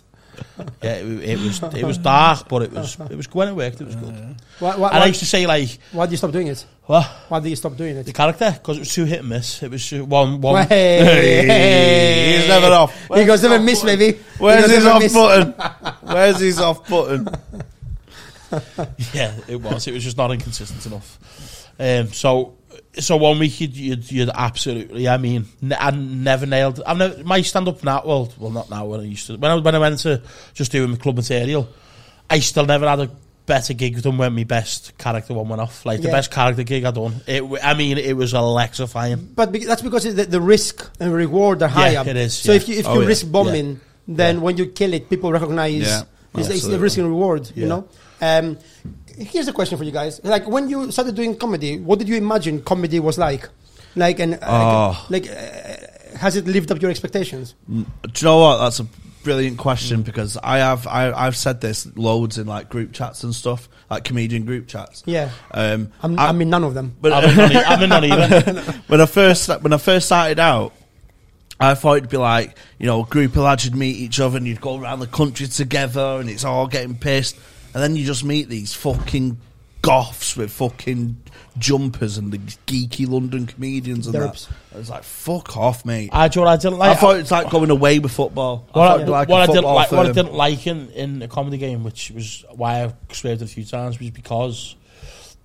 Yeah, it, it was it was dark, but it was it was when it worked, it was good. And
Why, why,
I
why,
used to say like,
why do you stop doing it?
"What
Why do you stop doing
the
it?
character?" Because it was too hit and miss. It was uh, one one.
Hey.
He's never off.
he goes never miss, baby.
Where's
he goes,
his
never
off
miss.
button? Where's his off button?
Yeah, it was. It was just not inconsistent enough. Um, so, so one week you'd, you'd, you'd absolutely. I mean, n- I never nailed. I've never my stand up now. Well, well, not now when I used to. When I when I went to just doing the club material, I still never had a better gig than when my best character one went off. Like the
Yeah.
best character gig I done. It. w- I mean, it was electrifying.
But be- that's because the, the risk and reward are higher.
it is,
So
yeah.
if you if
Oh,
you
yeah.
risk bombing, then when you kill it, people recognize
Yeah,
it's, it's the
absolutely.
risk and reward. You
Yeah.
know. Um, here's a question for you guys: Like when you started doing comedy, what did you imagine comedy was like? Like and uh,
Oh.
like, uh, has it lived up your expectations?
Do you know what? That's a brilliant question because I have I, I've said this loads in like group chats and stuff, like comedian group chats.
Yeah,
Um,
I'm,
I-
I'm in none of them.
but
I'm in none e- I'm in none either.
when I first when I first started out, I thought it'd be like you know a group of lads would meet each other and you'd go around the country together and it's all getting pissed, and then you just meet these fucking goths with fucking jumpers and the geeky London comedians and
Derps.
that. I was like, fuck off, mate. I,
I do you know what I didn't like.
thought it's like going away with football. I
What
thought
I,
it'd be like a
what I didn't
football
like, what I
firm.
didn't like in, in a comedy game, which was why I sweared a few times, was because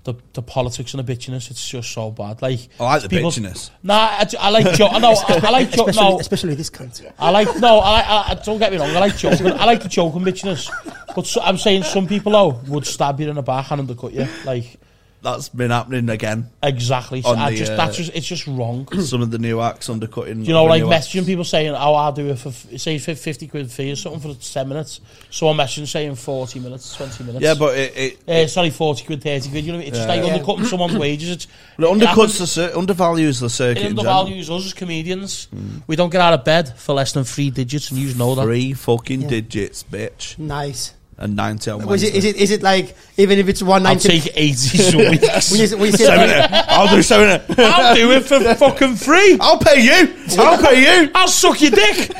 the the politics and the bitchiness. It's just so bad. Like
I like the
people-
bitchiness.
Nah, I, ju- I like joke. No, I, I like joke.
especially,
No,
especially this country.
I like no. I, like, I I- don't get me wrong. I like joking. I like the joking bitchiness. But so, I'm saying some people though would stab you in the back and undercut you. Like
That's been happening again.
exactly. So
On
I
the,
just
uh,
that's just it's just wrong.
Some of the new acts undercutting.
You know,
the
like
new acts.
messaging people saying, "Oh, I'll do it for f- say fi- fifty quid fee or something for ten minutes." So I'm messaging saying forty minutes, twenty minutes.
Yeah, but it, it,
uh, sorry, forty quid, thirty quid. You know, it's just like
Yeah.
undercutting someone's wages. It's,
well, it
it happens-
undercuts the cir- undervalues the circuit.
It
in
undervalues us as comedians. We don't get out of bed for less than three digits, and you know
general.
that.
Three fucking
Yeah.
digits, bitch,
Nice.
and ninety on
Was
Wednesday.
it, is it is it like even if it's one
I'll
ninety?
take eighty some weeks.
When you, when you say
Seven it. I'll do seven. it.
I'll do it for fucking free.
I'll pay you. I'll pay you.
I'll suck your dick.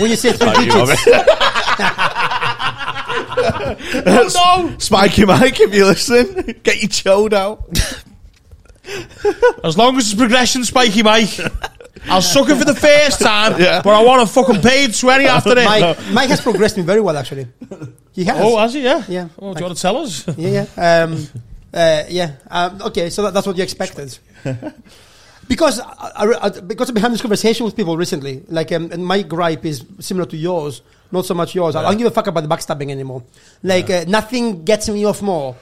when you say three
Thank you,
digits,
Oh, no.
Spikey Mike, if you listen, get your chode out.
As long as it's progression, Spiky Mike. I'll suck it for the first time,
Yeah.
but I want a fucking paid twenty after this.
Mike, Mike has progressed me very well, actually. He has.
Oh, has he? Yeah.
Yeah.
Oh, do you want to tell us?
yeah, yeah. Um, uh, yeah. Um, okay, so that, that's what you expected. because I, I, I, because I've been having this conversation with people recently, like, um, and my gripe is similar to yours, not so much yours. I don't give a fuck about the backstabbing anymore. Like, uh, nothing gets me off more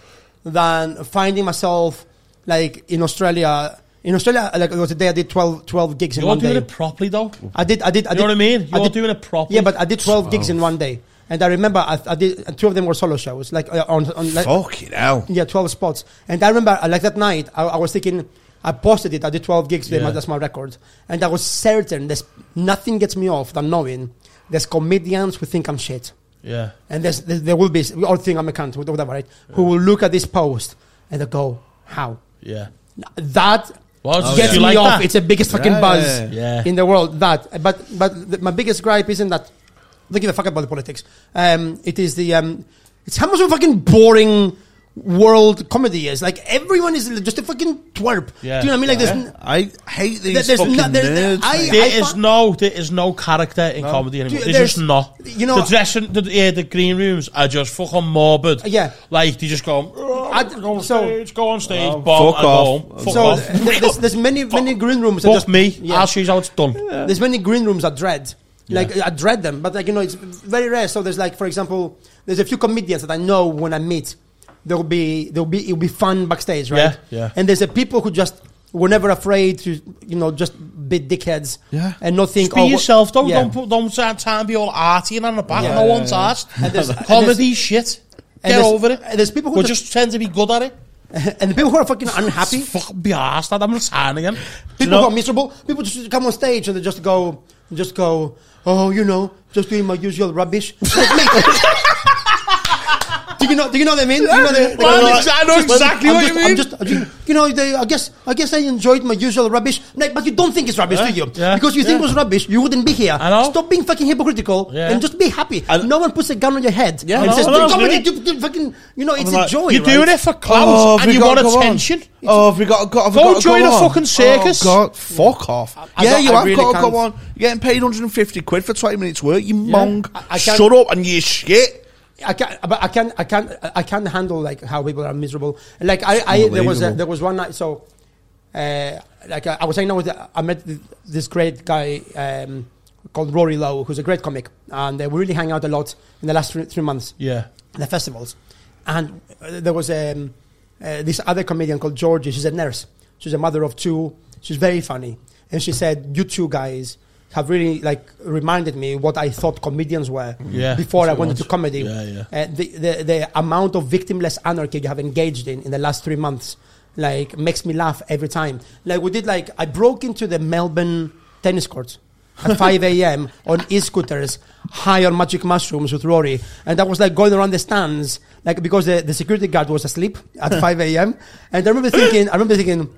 than finding myself, like, in Australia. In Australia, like, there was a day I did 12, 12 gigs in
You're
one day.
doing it properly, though.
I did, I did, I
You
did,
know what I mean? You're
did-
doing it properly.
Yeah, but I did 12 gigs in one day. And I remember I, I did, and two of them were solo shows, like uh, on, on like,
Fucking hell.
yeah, 12 spots. And I remember, uh, like that night, I, I was thinking, I posted it, I did 12 gigs, today,
Yeah.
that's my record. And I was certain there's nothing gets me off than knowing there's comedians who think I'm shit.
Yeah.
And there's, there, there will be, we all think I'm a cunt, whatever, right? Who will look at this post and they'll go, how?
Yeah.
That
Well,
Oh,
gets
you
me
like
off.
that?
It's the biggest fucking
Yeah,
buzz
yeah,
yeah.
in the world. That, but but the, my biggest gripe isn't that. I Don't give a fuck about the politics. Um, it is the um, it's how much of a fucking boring world comedy is. Like everyone is just a fucking twerp.
Yeah.
Do you know what I mean? Like there's. n-
I hate these
There- there's
fucking
no- there-
nerds.
I-
mate.
There
I
is
fi-
no, there is no character in comedy anymore.
Dude,
There's,
there's-
just not.
you know-
the dressing, the, yeah, the green rooms are just fucking morbid.
Yeah.
like they just go.
I-
go on
so-
stage, go on stage, bomb,
Oh, fuck
and go
off.
home. Fuck
So
off.
th- there's, there's many many green rooms. that
Fuck
just-
me.
Yeah.
I'll show you how it's done.
There's many green rooms I dread. Like I dread them, but like you know, it's very rare. So there's like, for example, there's a few comedians that I know when I meet, there will be there will be it'll be fun backstage, right?
Yeah, yeah.
And there's the people who just were never afraid to you know just bit dickheads.
Yeah.
And not think.
Just be
oh, wha-
yourself. Don't
yeah.
don't put, don't try, try and be all arty and on the back.
Yeah.
no
Yeah,
one's
yeah,
asked.
And there's- and
Comedy
there's-
shit. Get
and there's-
over it.
and there's people who
we
just-
just tend to be good at it.
and the people who are fucking unhappy,
Fuck, be arsed. I'm not signing again.
people who are miserable, people just come on stage and they just go, just go, oh, you know, just doing my usual rubbish. Like, mate. do you know? Do you know what I mean? Do you know what I mean?
Well,
I'm
I know exactly
I'm
what
just-
you mean.
I'm just, you- you know, they, I guess, I guess I enjoyed my usual rubbish. Like, but you don't think it's rubbish, do you?
yeah,
because you think it
yeah.
was rubbish, you wouldn't be here.
I know.
Stop being fucking hypocritical
Yeah.
and just be happy.
I-
no one puts a gun on your head
Yeah,
and
I
says,
know, I know,
"Come
I
on,
know.
you do- fucking," you know, it's
I'm like,
enjoying.
You're doing it for clout
Oh,
and
have we
Oh, you
got
want
to go on?
attention.
Oh, have we got to go? Have
Go
we got to
join
go
a
on?
fucking circus.
Oh, God, fuck off.
I
yeah,
got-
you
I
have
really
got to
can't.
go on. You're getting paid 150 quid for 20 minutes work, you mong.
I- I can't-
Shut up and you shit.
I can't, but I can't, I can't, I can't handle like how people are miserable. Like I, I there was a,
unbelievable.
there was one night. So, uh, like I, I was hanging out with, I met th- this great guy um, called Rory Lowe, who's a great comic, and uh, we really hang out a lot in the last three, three months
Yeah.
the festivals, and uh, there was um, uh, this other comedian called Georgie. She's a nurse. She's a mother of two. She's very funny, and she said, "You two guys have really like reminded me what I thought comedians were
Yeah,
before I
that's what
went
it
into
was.
comedy.
Yeah, yeah.
Uh, the, the the amount of victimless anarchy you have engaged in in the last three months, like makes me laugh every time. Like we did, like I broke into the Melbourne tennis court at 5 a.m. on e-scooters, high on magic mushrooms with Rory, and I was like going around the stands, like because the, the security guard was asleep at 5 a.m. And I remember thinking, I remember thinking.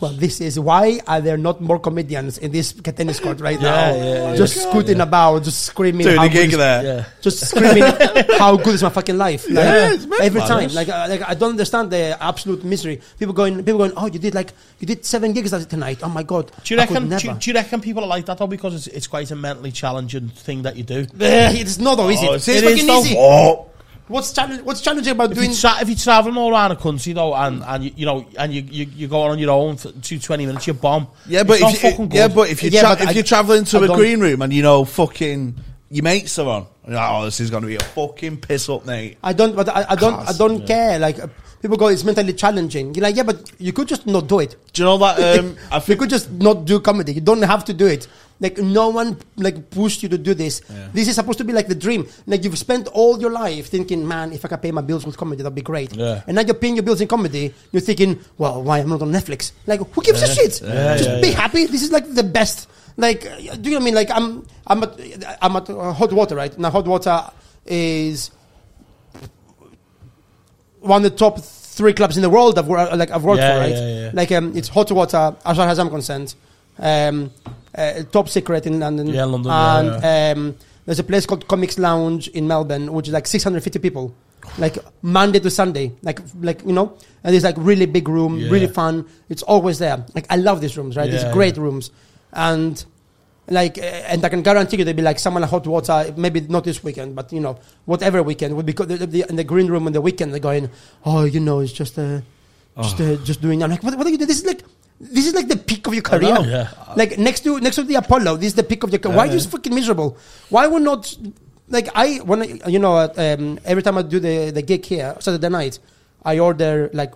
Well, this is why are there not more comedians in this tennis court right now?
yeah, yeah.
just scooting about, just screaming.
Doing
how
a
good
gig
is-
there.
Yeah.
just screaming how good is my fucking life like,
Yeah, it's mad,
every
man.
time like, uh, like I don't understand the absolute misery people going people going oh you did like you did seven gigs tonight oh my god
Do you
I could
reckon? Do,
never.
do you reckon people are like that though? Because it's, it's quite a mentally challenging thing that you do.
it's not though is it
Oh,
it's
see,
it is
fucking
though.
easy
Oh.
what's, challenge, what's challenging about
If
doing
you tra- if you're traveling all around the country though, and, and you, you know, and you, you you go on your own for two twenty minutes, you bomb.
Yeah, but
it's not
if you,
fucking good.
yeah, but if you
Yeah,
tra-
but
if
I-
you're traveling to
I
a
don't-
green room and you know fucking your mates are on, you're like, oh, this is going to be a fucking piss up night.
I don't but I, I don't I
Cars,
don't care like uh, people go it's mentally challenging you're like yeah but you could just not do it
Do you know that? Um, I
you
think
could just not do comedy. You don't have to do it. Like no one like pushed you to do this. This is supposed to be like the dream. Like you've spent all your life thinking, man, if I can pay my bills with comedy, that'd be great.
Yeah.
And now you're paying your bills in comedy. You're thinking, well, why am I not on Netflix? Like who gives a shit?
Yeah,
just
yeah,
be
yeah.
happy. This is like the best. Like uh, do you know what I mean? Like I'm I'm at I'm at uh, hot water right now. Hot water is one of the top three clubs in the world I've wor- like I've worked
Yeah,
for, right?
yeah, yeah.
Like um, it's hot water as far as I'm concerned. Um, uh, top secret in London.
Yeah, London, yeah,
And Um, there's a place called Comics Lounge in Melbourne, which is like 650 people, like Monday to Sunday, like like you know, and it's like really big room,
Yeah.
really fun. It's always there. Like I love these rooms, right?
Yeah,
these great rooms, and like uh, and I can guarantee you there'll be like someone at hot water maybe not this weekend but you know whatever weekend would be co- they'll be in the green room on the weekend they're going oh you know it's just uh, just uh, just doing I'm like what, what are you doing this is like this is like the peak of your career
know, yeah.
like next to next to the Apollo this is the peak of your career why are you fucking miserable why we're not like I when I, you know uh, um, every time I do the the gig here Saturday night I order like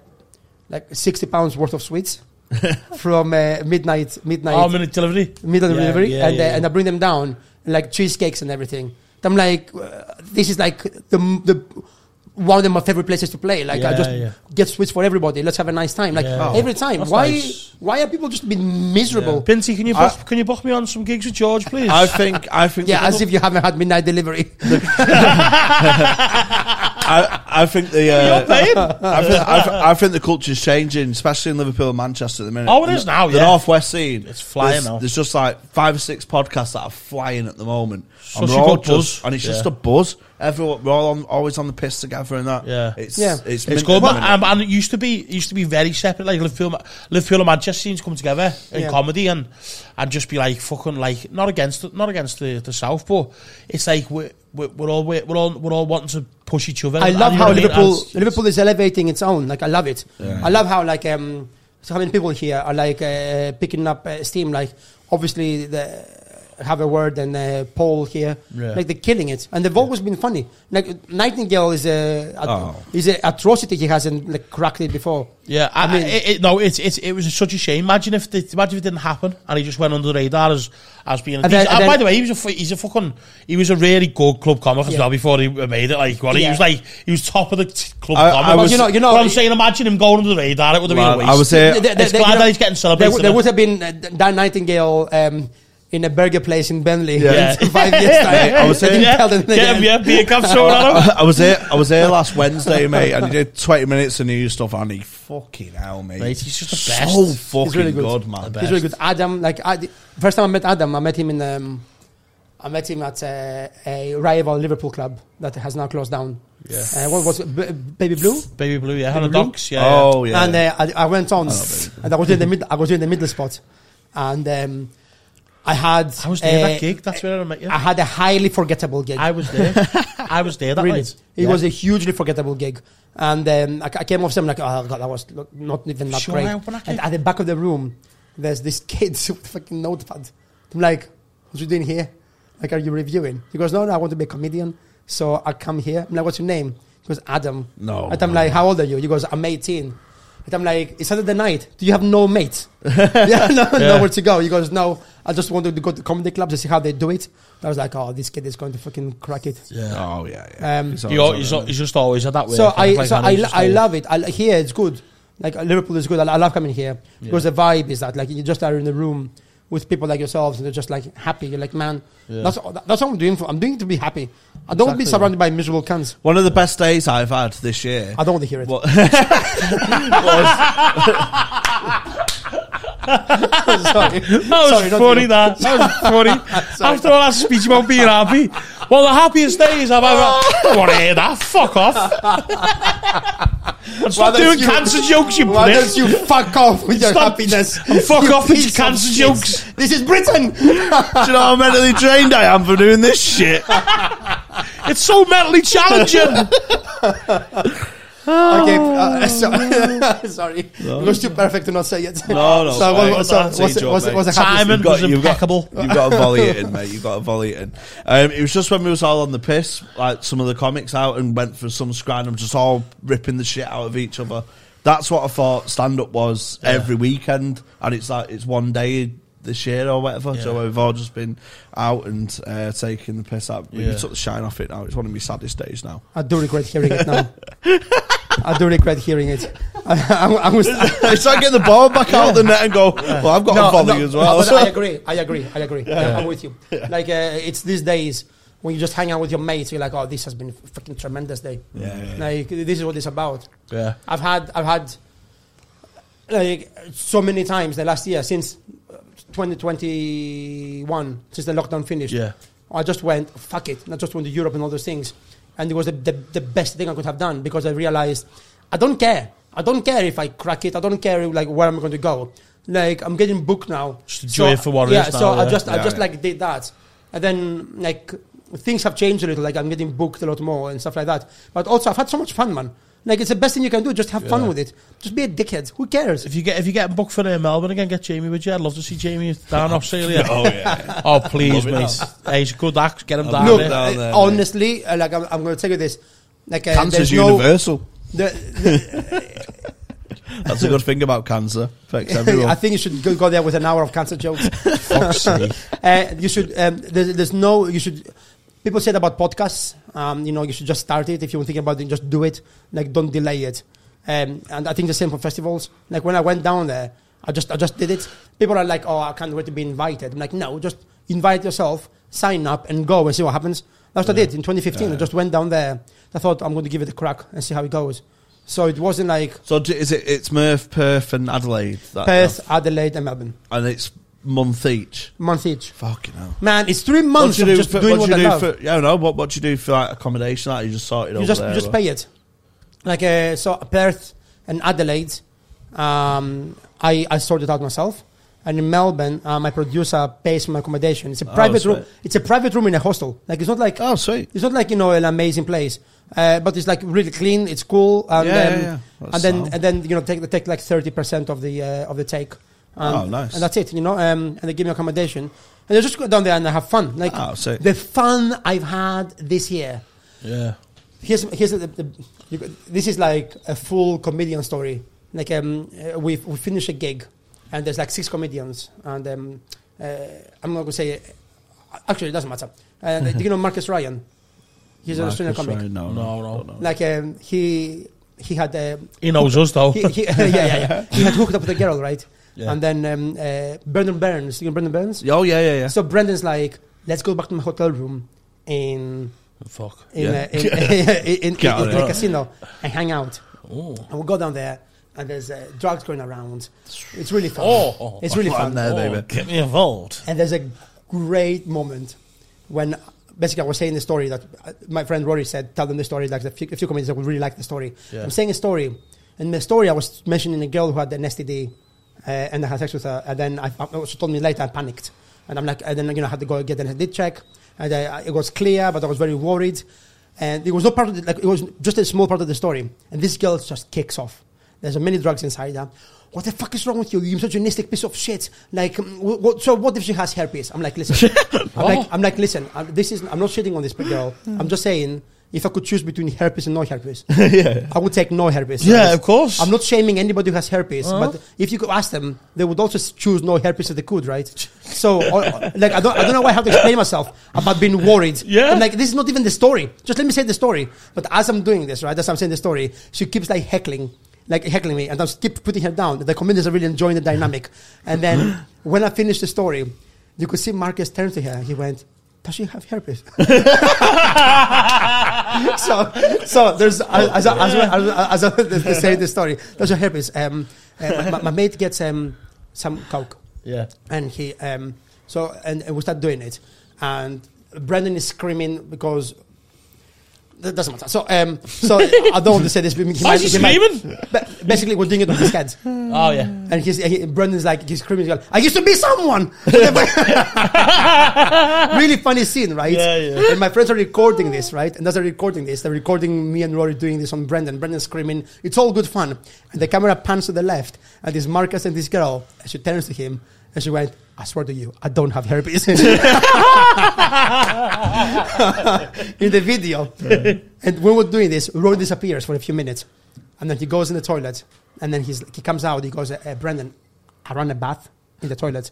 like 60 pounds worth of sweets from uh, midnight midnight
oh, minute delivery,
middle
Yeah,
delivery,
yeah,
and,
yeah,
uh,
yeah.
and I bring them down like cheesecakes and everything. I'm like, uh, this is like the the one of my favorite places to play. Like I
Yeah,
just
yeah.
get sweets for everybody. Let's have a nice time. Like
Yeah.
every time.
That's
why
nice.
why are people just being miserable? Yeah.
Pinty, can you book, can you book me on some gigs with George, please?
I think I think
as if you haven't had midnight delivery.
I, I think the uh,
You're paying.
I think, I, think, I think the culture's changing, especially in Liverpool and Manchester at the minute.
Oh, it is now,
The
yeah.
northwest scene,
It's flying
there's,
now.
There's just like five or six podcasts that are flying at the moment,
Such
we're
a
all
good buzz.
just- and it's
Yeah.
just a buzz. Everyone, we're all on, always on the piss together, and that.
Yeah.
it's
Yeah.
it's,
It's
mint
good,
at the
but
minute.
um, and it used to be it used to be very separate. Like Liverpool, Liverpool and Manchester seems to come together in
Yeah.
comedy and and just be like fucking like not against it- not against the, the South, but it's like we're we're, we're all we're, we're all we're all wanting to push each other.
I
and-
love
and you know what
how
I mean?
Liverpool
And it's-
Liverpool is elevating its own. Like I love it. I love how like um so how many people here are like uh, picking up uh, steam. Like obviously the have a word and uh, Paul here.
Yeah.
Like they're killing it, and they've always been funny. Like Nightingale is a, a
Oh.
is an atrocity. He hasn't like cracked it before.
Yeah, I,
mean-
mean, it, it, no, it's it's it was such a shame. Imagine if it, imagine if it didn't happen and he just went under the radar as as being. A
And then-
decent-
and
and by
then-
the way, he was a fu- he's a fucking he was a really good club comic as
Yeah.
well before he made it. Like, what he
Yeah.
was like he was top of the t- club
I-
comic.
I
But
was-
you know, you know. But I'm
he-
saying, imagine him going under the radar. It would have been a waste.
I was there.
Th- th-
It's
th-
glad that he's getting celebrated,
There, w- there
isn't it?
would have been uh, Dan Nightingale um, in a burger place in Bentley
Yeah.
in five years time.
I was
They didn't
yeah,
tell them
yeah,
again.
yeah, beer cup thrown at him.
I was there. I was there last Wednesday, mate, and he did twenty minutes of new stuff, and he fucking hell, mate.
Mate, he's just the
So
best.
fucking
He's really good.
good, man.
The
He's really good. Adam, like I, the first time I met Adam, I met him in um, I met him at uh, a rival Liverpool club that has now closed down.
Yeah.
Uh, what was it? B- Baby Blue?
Baby blue, yeah, on the
Blue?
docks, yeah. yeah.
Oh yeah. Oh,
And uh, I, I went on, and I was in the mid, I was in the middle spot, and um, I had
I was there
uh,
that gig. That's where I met you.
I had a highly forgettable gig.
I was there. I was there that
really,
night.
it
Yeah.
was a hugely forgettable gig. And um, I, I came off something like, oh god, that was lo- not even that
Sure,
great.
I open a
And
gig.
at the back of the room, there's this kid with a fucking notepad. I'm like, what you doing here? Like, are you reviewing? He goes, no, no, I want to be a comedian, so I come here. I'm like, what's your name? He goes, Adam.
No.
And I'm like, how old are you? He goes, I'm 18. And I'm like, it's Saturday night. Do you have no mate? yeah, no, nowhere to go. He goes, no, I just wanted to go to comedy clubs to see how they do it. I was like, oh, this kid is going to fucking crack it.
Yeah.
oh yeah. yeah.
Um,
He's
He,
always
al- he's,
on
al- he's just always had that way.
So
think,
I,
like,
so
and
I,
he's
lo-
just
I
always-
love it. I, here it's good. Like uh, Liverpool is good. I, I love coming here because the vibe is that like you just are in the room with people like yourselves and they're just like happy. You're like, man,
Yeah.
that's that's what I'm doing for. I'm doing it to be happy. I don't want to be
Exactly.
surrounded by miserable cunts.
One of the best days I've had this year.
I don't want to hear it.
What? was,
Sorry.
That was
Sorry, not
funny.
you.
That that was funny. After all that speech about being happy, well, the happiest days I've ever. I don't want to hear that. Fuck off. And Stop
don't
doing
you-
cancer jokes, you
Why
prick.
don't you fuck off with your
Stop.
happiness?
And fuck
you
off with your
piece of
cancer
shit.
jokes.
This is Britain.
do you know how mentally drained I am for doing this shit?
It's so mentally challenging.
Okay, uh, so, sorry. It was too perfect to not say it.
No, no,
So,
fine.
what, so
That's
what's,
a joke,
what's,
mate.
what's the happiest-
Simon
You've got-
was
you've got-
impeccable.
You've got a volley it in, mate. You've got a volley it in. Um, it was just when we was all on the piss, like some of the comics out and went for some scran just all ripping the shit out of each other. That's what I thought stand up was every weekend, and it's like it's one day this year or whatever. So
Yeah.
we've all just been out and uh, taking the piss out. We
Yeah.
took the shine off it now. It's one of my saddest days now.
I do regret hearing it now. I do regret hearing it. I, I, I was.
it's like getting the ball back out the net and go. Well, I've got a volley as well.
but I agree. I agree. I agree. Yeah, I'm with you. Like uh, it's these days when you just hang out with your mates, you're like, "Oh, this has been a fucking tremendous day."
Yeah, yeah.
Like this is what it's about.
Yeah.
I've had I've had like so many times the last year since 2021 since the lockdown finished.
Yeah.
I just went fuck it. And I just went to Europe and all those things, and it was the, the, the best thing I could have done because I realized I don't care. I don't care if I crack it. I don't care like where I'm going to go. Like I'm getting booked now.
Just enjoy it for what it
yeah,
is
So
now,
I
yeah.
just I
Yeah,
just
yeah.
like did that, and then like things have changed a little. Like I'm getting booked a lot more and stuff like that. But also I've had so much fun, man. Like it's the best thing you can do. Just have fun with it. Just be a dickhead. Who cares?
If you get if you get booked for uh, Melbourne again, get Jamie with you. I'd love to see Jamie down Australia.
Oh yeah.
Oh please,
Love it
mate. Hey, he's a good act. Get him down
Look,
there.
no. down
uh,
there, mate.
honestly, uh, like I'm, I'm going to tell you this. Like uh,
Cancer's
there's no,
universal.
the-
That's a good thing about cancer. Affects everyone.
I think you should go, go there with an hour of cancer jokes. uh, you should. Um, there's, there's no. You should. People said about podcasts. Um, you know, you should just start it. If you were thinking about it, just do it. Like, don't delay it. Um, and I think the same for festivals. Like when I went down there, I just I just did it. People are like, "Oh, I can't wait to be invited." I'm like, "No, just invite yourself, sign up, and go and see what happens." That's what I did in 2015. I just went down there. I thought I'm going to give it a crack and see how it goes. So it wasn't like
so d- is it? It's Merth, Perth, and Adelaide. That,
Perth, Adelaide, and Melbourne,
and it's month each.
month each.
Fucking hell.
Man, it's three months of just
for,
doing
what do
what, I
you do
love.
for? Yeah, no. What what do you do for like, accommodation? Like, you just sort it
you
over
just
there.
you just
or-
pay it. Like uh, so, Perth and Adelaide, um, I I sorted out myself. And in Melbourne, uh, my producer pays for my accommodation. It's a
Oh,
private room.
sweet.
It's a private room in a hostel. Like it's not like
Oh, sweet.
it's not like you know an amazing place, uh, but it's like really clean. It's cool, and
Yeah,
um,
yeah, yeah.
and
That's
then
sound.
and then you know take take like thirty percent of the uh, of the take, And,
Oh, nice.
And that's it, you know. Um, and they give me accommodation, and I just go down there and I have fun. Like
Oh, sick.
the fun I've had this year.
Yeah.
Here's here's the, the, you, go- this is like a full comedian story. Like um, uh, we we finish a gig, and there's like six comedians, and um, uh, I'm not gonna say. Actually, it doesn't matter. And uh, do you know Marcus Ryan? He's an Australian comic.
No,
No,
no,
no.
no.
Like um, he he had um,
He knows us though.
he, he, yeah, yeah, yeah. He had hooked up with a girl, right?
Yeah.
And then um, uh, Brendan Burns, you know Brendan Burns.
Oh yeah, yeah, yeah.
So Brendan's like, let's go back to my hotel room in
Fuck.
in
Yeah.
uh, in, in, in,
Get out
in
of
the
there.
casino and hang out.
Oh.
And we go down there, and there's uh, drugs going around. It's really fun.
Oh.
it's really
Fun
fun.
there.
oh,
baby.
Get me involved.
And there's a great moment when basically I was saying the story that uh, my friend Rory said, tell them the story, like the few, a few comedians that would really like the story.
Yeah.
I'm saying a story, and the story I was mentioning a girl who had an STD uh, and I had sex with her, and then I, I- she told me later I panicked. And I'm like, and then you know, I had to go get an STD check, and I, I- it was clear, but I was very worried. And it was not part of the, like, it was just a small part of the story. And this girl just kicks off. There's many drugs inside her. What the fuck is wrong with you? You misogynistic piece of shit. Like, mm, wh- what, so what if she has herpes? I'm like, listen. I'm
Oh.
like, I'm like, listen. i this is. I'm not shitting on this girl.
Hmm.
I'm just saying, if I could choose between herpes and no herpes,
yeah.
I would take no herpes.
Yeah, of course.
I'm not shaming anybody who has herpes, but if you could ask them, they would also s- choose no herpes if they could, right? So, or- or- like, I don't, I don't know why I have to explain myself about being worried.
Yeah.
I'm like, this is not even the story. Just let me say the story. But as I'm doing this, right, as I'm saying the story, she keeps like heckling, like heckling me, and I just keep putting her down. The comedians are really enjoying the dynamic. And then when I finished the story, you could see Marcus turn to her. He went, does she have herpes? so, so there's as as, as, as, as, as they say the story. There's a herpes. Um, uh, my, my mate gets um, some coke,
Yeah.
and he um, so and, and we start doing it, and Brandon is screaming because. That doesn't matter. So, um, so I don't want to say this. But he
Why is he
might-
screaming?
Ba- basically, we're doing it on his head.
Oh yeah.
And he's, he, Brendan's like, he's screaming, he's like, I used to be someone. really funny scene, right?
Yeah, yeah.
And my friends are recording this, right? And as they're recording this, they're recording me and Rory doing this on Brendan. Brendan's screaming, it's all good fun. And the camera pans to the left, and there's Marcus and this girl. And she turns to him, and she went, I swear to you, I don't have herpes. In the video. And when we're doing this, Rory disappears for a few minutes. And then he goes in the toilet. And then he's, he comes out. He goes, uh, Brendan, I ran a bath in the toilet.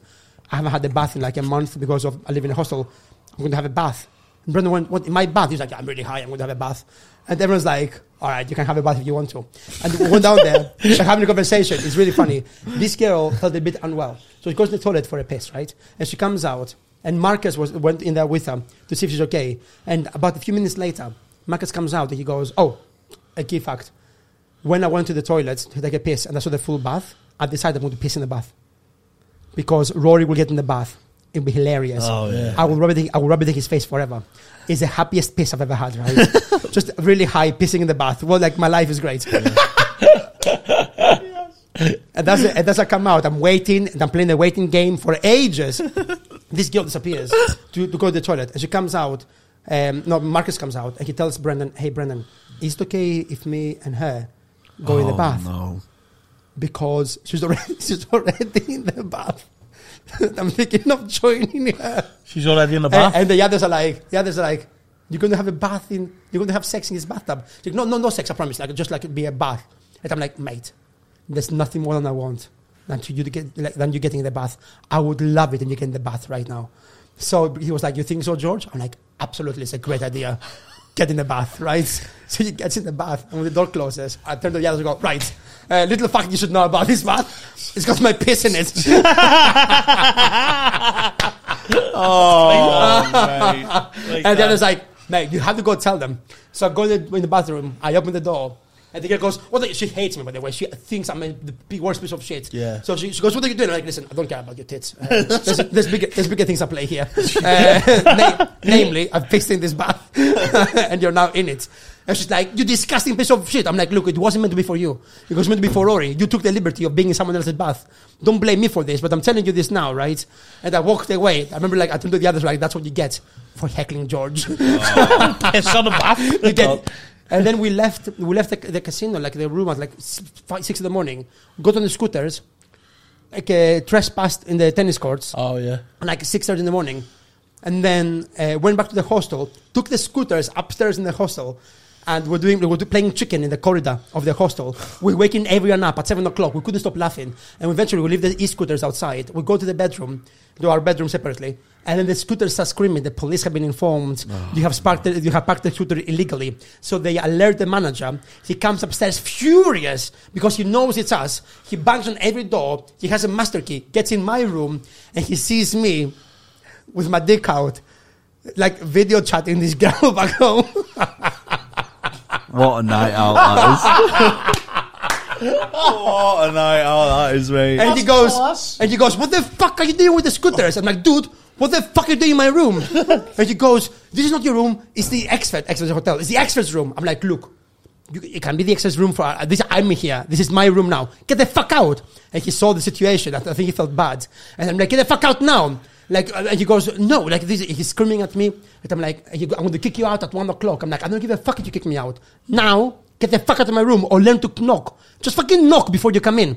I haven't had a bath in like a month because of I live in a hostel. I'm going to have a bath. And Brendan went, what, in my bath? He's like, I'm really high. I'm going to have a bath. And everyone's like, all right, you can have a bath if you want to. And we went down there. They're having a conversation. It's really funny. This girl felt a bit unwell. So she goes to the toilet for a piss, right? And she comes out. And Marcus was, went in there with her to see if she's okay. And about a few minutes later, Marcus comes out and he goes, oh, a key fact when I went to the toilet to take a piss and I saw the full bath, I decided I'm going to piss in the bath because Rory will get in the bath. It'll be hilarious.
Oh, yeah.
I will rub it. In, I will rub it in his face forever. It's the happiest piss I've ever had. Right? Just really high pissing in the bath. Well, like my life is great. And that's it. And that's I come out. I'm waiting and I'm playing the waiting game for ages. this girl disappears to, to go to the toilet. And she comes out. Um, no, Marcus comes out and he tells Brendan, hey, Brendan, is it okay if me and her go in the
Oh,
bath?
No.
Because she's already, she's already in the bath. I'm thinking of joining her.
She's already in the
And,
bath.
and the others are like, the others are like, you're going to have a bath in, you're going to have sex in his bathtub. She's like, no, no, no sex, I promise. Like, just like it'd be a bath. And I'm like, mate, there's nothing more than I want than to you to get like, than you getting in the bath. I would love it, and you get in the bath right now. So he was like, you think so, George? I'm like, absolutely, it's a great idea. Get in the bath, right? So he gets in the bath, and when the door closes, I turn to the others and go, right. Uh, little fact you should know about this bath. It's got my piss in it.
Oh,
Like
and the
that.
other's like, mate, you have to go tell them. So I go in the, in the bathroom, I open the door, and the girl goes, what are you-" she hates me, by the way. She thinks I'm a, the big worst piece of shit.
Yeah.
So she, she goes, what are you doing? I'm like, listen, I don't care about your tits. Uh, there's, there's, bigger, there's bigger things at play here. Uh, na- namely, I've pissed in this bath, and you're now in it. And she's like, you disgusting piece of shit. I'm like, look, it wasn't meant to be for you. It was meant to be for Rory. You took the liberty of being in someone else's bath. Don't blame me for this, but I'm telling you this now, right? And I walked away. I remember, like, I turned to the others, like, that's what you get for heckling George.
piss on the bath.
You get- and then we left. We left the, the casino, like the room at like s- five, six in the morning. Got on the scooters, like uh, trespassed in the tennis courts
Oh yeah.
like six thirty in the morning, and then uh, went back to the hostel, took the scooters upstairs in the hostel, and we're doing we were playing chicken in the corridor of the hostel. We're waking everyone up at seven o'clock. We couldn't stop laughing, and eventually we leave the e-scooters outside. We go to the bedroom, do our bedroom separately, and then the scooters start screaming. The police have been informed. you have sparked. The, you have parked the scooter illegally. So they alert the manager. He comes upstairs furious because he knows it's us. He bangs on every door. He has a master key. Gets in my room and he sees me with my dick out, like video chatting this girl back home.
What a night out that
what a night out that is, mate.
and he goes, and he goes, "What the fuck are you doing with the scooters?" I'm like, "Dude, what the fuck are you doing in my room?" and he goes, "This is not your room. It's the expert, expert's hotel. It's the expert's room." I'm like, "Look, you, it can be the expert's room for uh, this. I'm here. This is my room now. Get the fuck out!" And he saw the situation. I, I think he felt bad, and I'm like, "Get the fuck out now!" Like, uh, and he goes, "No!" Like this, he's screaming at me, and I'm like, he go- "I'm going to kick you out at one o'clock." I'm like, "I don't give a fuck if you kick me out now." Get the fuck out of my room or learn to knock. Just fucking knock before you come in.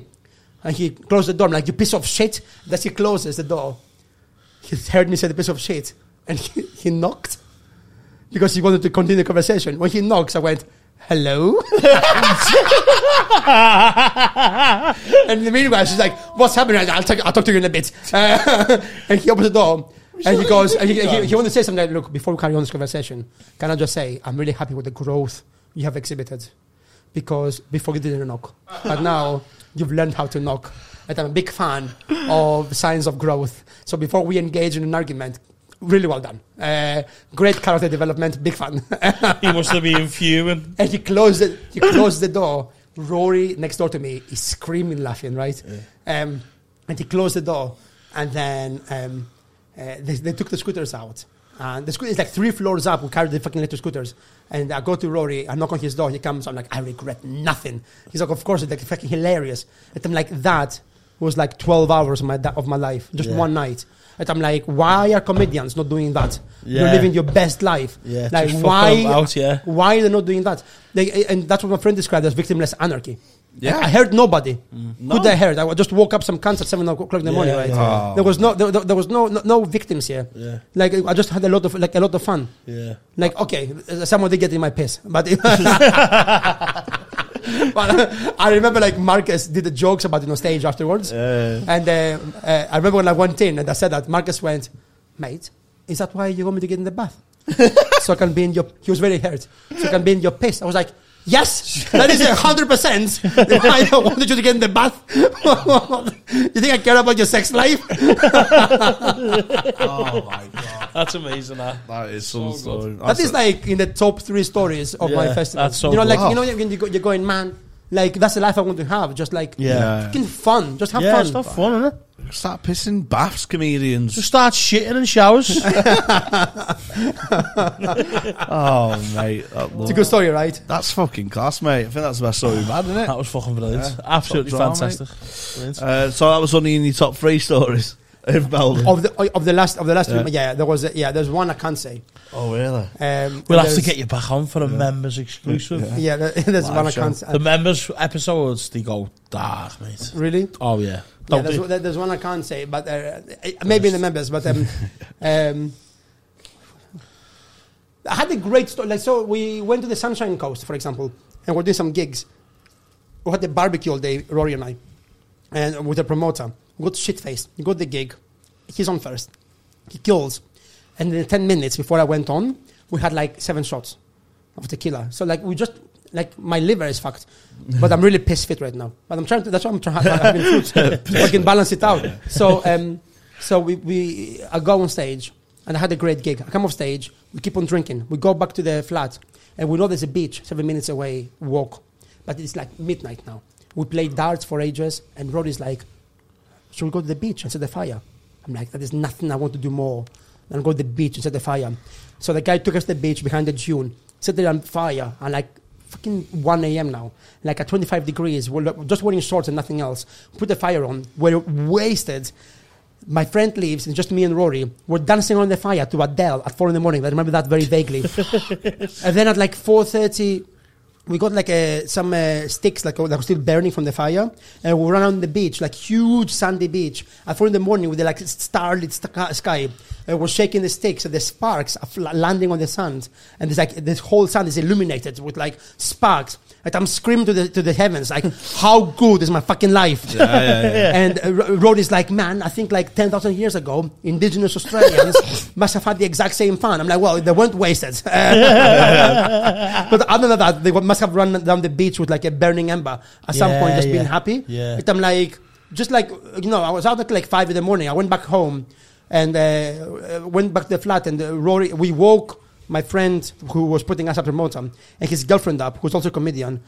And he closed the door. I'm like, you piece of shit. That he closes the door. He heard me say the piece of shit. And he, he knocked because he wanted to continue the conversation. When he knocks, I went, hello? and in the meanwhile, she's like, what's happening? I- I'll, talk, I'll talk to you in a bit. Uh, and he opens the door. And he goes, and he, he, he wanted to say something like, look, before we carry on this conversation, can I just say, I'm really happy with the growth you have exhibited. Because before you didn't knock. But now you've learned how to knock. And I'm a big fan of signs of growth. So before we engage in an argument, really well done. Uh, great character development, big fan.
He must have been fuming.
And he closed it. He closed the door. Rory next door to me is screaming, laughing, right? Um, and he closed the door, and then um, uh, they, they took the scooters out. And the scooter is like three floors up. We carried the fucking electric scooters. And I go to Rory. I knock on his door. He comes. I'm like, I regret nothing. He's like, of course, it's like fucking hilarious. And I'm like, that was like 12 hours of my, da- of my life, just
Yeah.
one night. And I'm like, why are comedians not doing that? You're
Yeah.
living your best life.
Yeah,
like
just fuck
why?
them out, yeah.
Why they're not doing that? They, and that's what my friend described as victimless anarchy.
Yeah.
I heard nobody.
No.
Who I heard? I just woke up some cunts at seven o'clock in the
Mm. Yeah,
morning. Right?
yeah.
There was no, there, there- there was no, no, no victims here.
Yeah.
Like I just had a lot of, like a lot of fun.
Yeah.
Like okay, uh, someone did get in my piss, but. but I remember like Marcus did the jokes about it on stage afterwards, and uh, uh, I remember when I went in and I said that Marcus went, "Mate, is that why you want me to get in the bath?" so I can be in your. He was very hurt. So I can be in your piss. I was like, yes, that is a hundred percent. I wanted you to get in the bath. you think I care about your sex life?
That's amazing. That.
That is some story.
that is like in the top three stories of my
Yeah,
festival.
that's so
you know, like
cool.
you know, when you go, you're going, man. Like that's the life I want to have. Just like
Yeah.
fucking fun. Just have
yeah,
fun.
it's not fun, isn't it?
Start pissing baths, comedians.
Just start shitting in showers.
oh, mate. That
It's a good story, right?
That's fucking class, mate. I think that's the best story we've had, isn't
that
it?
was fucking brilliant.
Yeah.
Absolutely
Top draw,
fantastic. Brilliant.
Uh, so that was only in your top three stories in Melbourne.
Of the of the last of the last yeah, yeah there was a, yeah there's one I can't say.
Oh, really?
Um,
We'll have
there's-
to get you back on for a members exclusive.
yeah there- there's
Live
one I
show.
can't say.
The members episodes they go dark, mate.
really?
Oh yeah,
Yeah,
Don't
there's,
do-
there- there's one I can't say, but uh, maybe in the members. But um, um, I had a great story. Like, so we went to the Sunshine Coast, for example, and we're doing some gigs. We had a barbecue all day, Rory and I, and with a promoter. Got shit faced. Got the gig. He's on first. He kills, and in ten minutes before I went on, we had like seven shots of tequila. So like we just like my liver is fucked, but I'm really piss fit right now. But I'm trying to. That's why I'm trying having fruits to fucking balance it out. So um, so we we I go on stage and I had a great gig. I come off stage. We keep on drinking. We go back to the flat and we know there's a beach seven minutes away walk, but it's like midnight now. We play darts for ages and Rory's like, should we go to the beach and set the fire? I'm like, that is nothing I want to do more than go to the beach and set the fire. So the guy took us to the beach behind the dune, set it on fire, and like fucking 1 a.m. now, like at 25 degrees, we're lo- just wearing shorts and nothing else. Put the fire on, we're wasted. My friend leaves, and just me and Rory. We're dancing on the fire to Adele at four in the morning. I remember that very vaguely. and then at like four thirty, we got like uh, some uh, sticks like uh, that were still burning from the fire, and we ran on the beach, like huge sandy beach. At four in the morning, with the like starlit st- sky, and we're shaking the sticks, and the sparks are fl- landing on the sand, and it's like this whole sand is illuminated with like sparks. Like I'm screaming to the to the heavens, like how good is my fucking life? And uh, Ro- Rod is like, man, I think like ten thousand years ago, indigenous Australians must have had the exact same fun. I'm like, well, they weren't wasted. But other than that, they wa- must have run down the beach with like a burning ember at some
Yeah,
point, just being
yeah.
happy.
Yeah.
But I'm like, just like you know, I was out at like five in the morning. I went back home and uh, uh, went back to the flat, and uh, Rory, we woke my friend who was putting us up to Motown and his girlfriend up, who's also a comedian.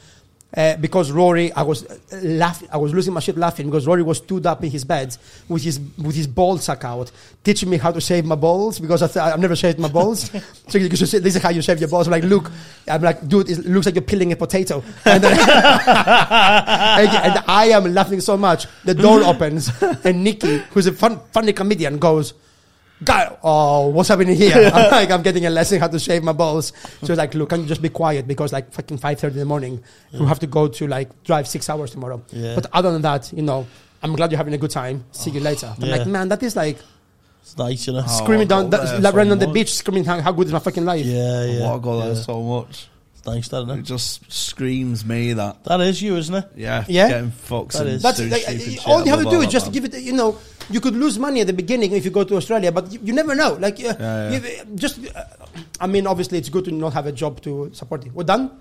Uh, because Rory, I was uh, laughing, I was losing my shit laughing because Rory was stood up in his bed with his with his ball suck out, teaching me how to shave my balls because I th- I've never shaved my balls. so you should say, this is how you shave your balls. I'm like, look, I'm like, dude, it looks like you're peeling a potato. And, then- and, and I am laughing so much. The door opens and Nikki, who's a fun, funny comedian, goes. God, oh, what's happening here? I'm like, I'm getting a lesson how to shave my balls. So it's like, look, can you just be quiet because like fucking five thirty in the morning, you have to go to like drive six hours tomorrow.
Yeah. Oh.
But other than that, you know, I'm glad you're having a good time. See you later. I'm
Yeah. Oh,
like, man, that is like
It's nice, you know.
Oh,
screaming down,
God,
that,
that's
like running on the
much.
beach, screaming how, how good is my fucking life.
Yeah, yeah.
I want to go there
yeah.
so much.
It's nice, that,
It
isn't it?
just screams me that.
That is you, isn't it?
Yeah,
Yeah.
Getting fucked
That
and
is.
That's
doing
like, uh,
stupid shit.
all you have to
blah,
do
blah,
is just
blah,
give it. You know, you could lose money at the beginning if you go to Australia, but you, you never know. Like, uh,
yeah.
you- uh, just, uh, I mean, obviously, it's good to not have a job to support it. We're done.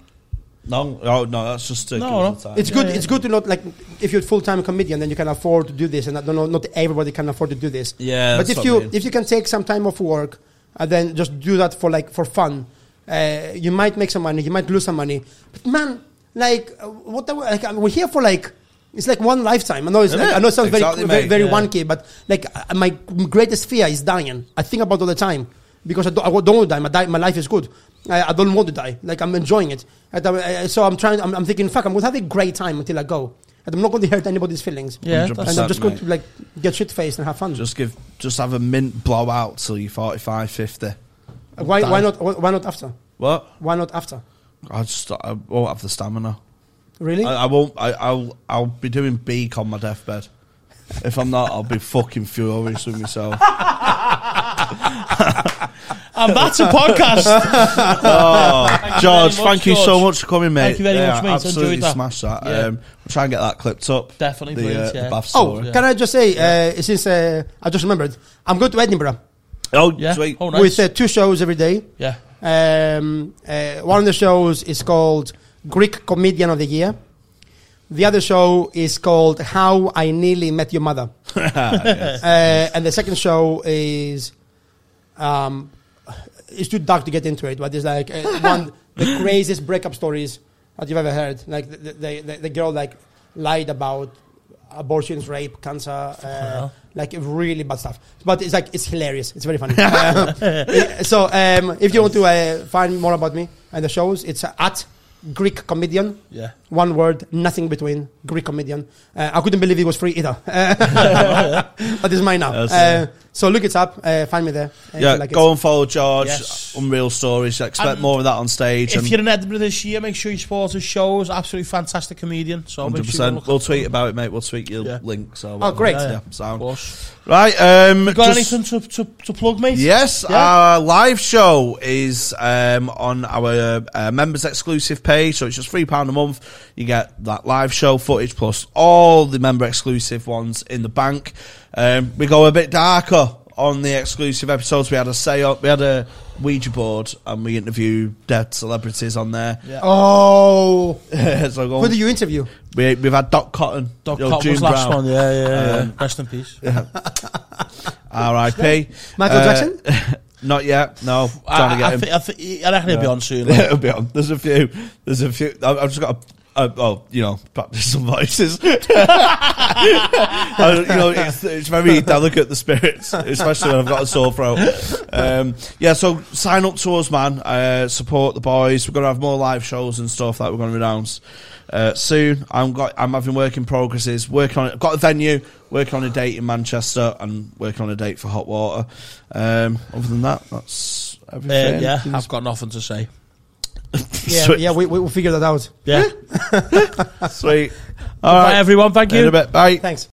blah. No, oh, no, that's just to
No,
give
no.
us the time.
It's good.
Yeah, yeah.
It's good to not like if you're a full time comedian, then you can afford to do this, and I don't know, not everybody can afford to do this.
Yeah,
but
that's
if
what I
you
mean.
if you can take some time off work and then just do that for like for fun, uh, you might make some money. You might lose some money. But man, like uh, what the, like, I mean, we're here for like. It's like one lifetime. I know. It's,
Isn't
I
it?
know it sounds
Exactly,
very,
mate.
very, very
Yeah.
wanky, but like uh, my greatest fear is dying. I think about it all the time because I don't, I don't want to die. My, di- my life is good. I, I don't want to die. Like I'm enjoying it. And I- I- so I'm trying. I'm, I'm thinking, fuck, I'm gonna have a great time until I go, and I'm not going to hurt anybody's feelings.
Yeah.
100%.
that's-
And I'm just going
mate.
to like get shit faced and have fun.
Just give, just have a mint blowout till you're 45, 50.
why, why not? Why why not after?
What?
Why not after?
I just, I won't have the stamina.
Really?
I, I won't. I, I'll. I'll be doing beak on my deathbed. If I'm not, I'll be fucking furious with myself.
Oh, And that's a podcast.
Oh,
you
George,
very much,
thank you so
George.
much for coming, mate.
Thank you very
Yeah,
much, mate.
Absolutely
Enjoyed that.
smashed that.
Yeah.
Um, we'll try and get that clipped up.
Definitely,
the,
please,
uh,
yeah.
the bath
oh,
story.
yeah.
can I just say uh, since uh, I just remembered, I'm going to Edinburgh
Oh,
Yeah.
sweet.
Oh, nice.
with uh, two shows every day.
yeah.
Um, uh, one of the shows is called Greek Comedian of the Year. The other show is called How I Nearly Met Your Mother.
Yes.
Uh, and the second show is um, it's too dark to get into it, but it's like uh, one the craziest breakup stories that you've ever heard. Like the, the, the, the girl like lied about abortions, rape, cancer, uh,
hell.
like really bad stuff. But it's like it's hilarious. It's very funny. Uh, so um, if you want to uh, find more about me and the shows, it's at Greek comedian
Yeah.
one word, nothing between. Greek comedian. Uh, I couldn't believe it was free either. but it's mine now.
That's
Uh, so look it up. Uh, find me there. Uh, if
yeah,
you like
go
it.
and follow George.
Yes.
Unreal stories. Expect
And
more of that on stage.
If
and
you're in Edinburgh this year, make sure you support his shows. Absolutely fantastic comedian. So make
100%.
sure you look
we'll
at
tweet about it, mate. We'll tweet you
Yeah.
links. Or
Oh, great.
Yeah,
Yeah.
sound.
course.
Right. Um,
You got
just-
anything to, to, to plug, mate?
Yes,
Yeah.
our live show is um, on our uh, members exclusive page, so it's just three pound a month. You get that live show footage plus all the member exclusive ones in the bank. Um, we go a bit darker on the exclusive episodes. We had a say we had a Ouija board, and we interview dead celebrities on there.
Yeah.
Oh,
so go
who do you interview?
we, we've had Doc Cotton,
Doc
you know,
Cotton was
June
last
Brown,
one. Yeah, yeah, yeah.
Um,
Rest in peace.
R.I.P.
Michael
Uh,
Jackson?
Not yet. No,
I,
trying to get
I,
him.
thi- I, thi- I reckon he'll be on soon. like.
It'll be on. There's a few. There's a few. I- I've just got. A, uh, oh, you know, practice some voices. I- you know, it's, it's very delicate the spirits, especially when I've got a sore throat. Um, yeah, so sign up to us, man. Uh, support the boys. We're gonna have more live shows and stuff that we're gonna announce uh, soon. I'm got. I'm having work in progresses. Working on. I've got a venue. Working on a date in Manchester and working on a date for Hot Water. Um, other than that, that's
Uh,
everything.
yeah, I've got nothing to say.
Yeah,
Sweet.
yeah, we, we will figure that out.
Yeah.
Sweet. All
All right,
right.
everyone. Thank
In
you.
a bit. Bye.
Thanks.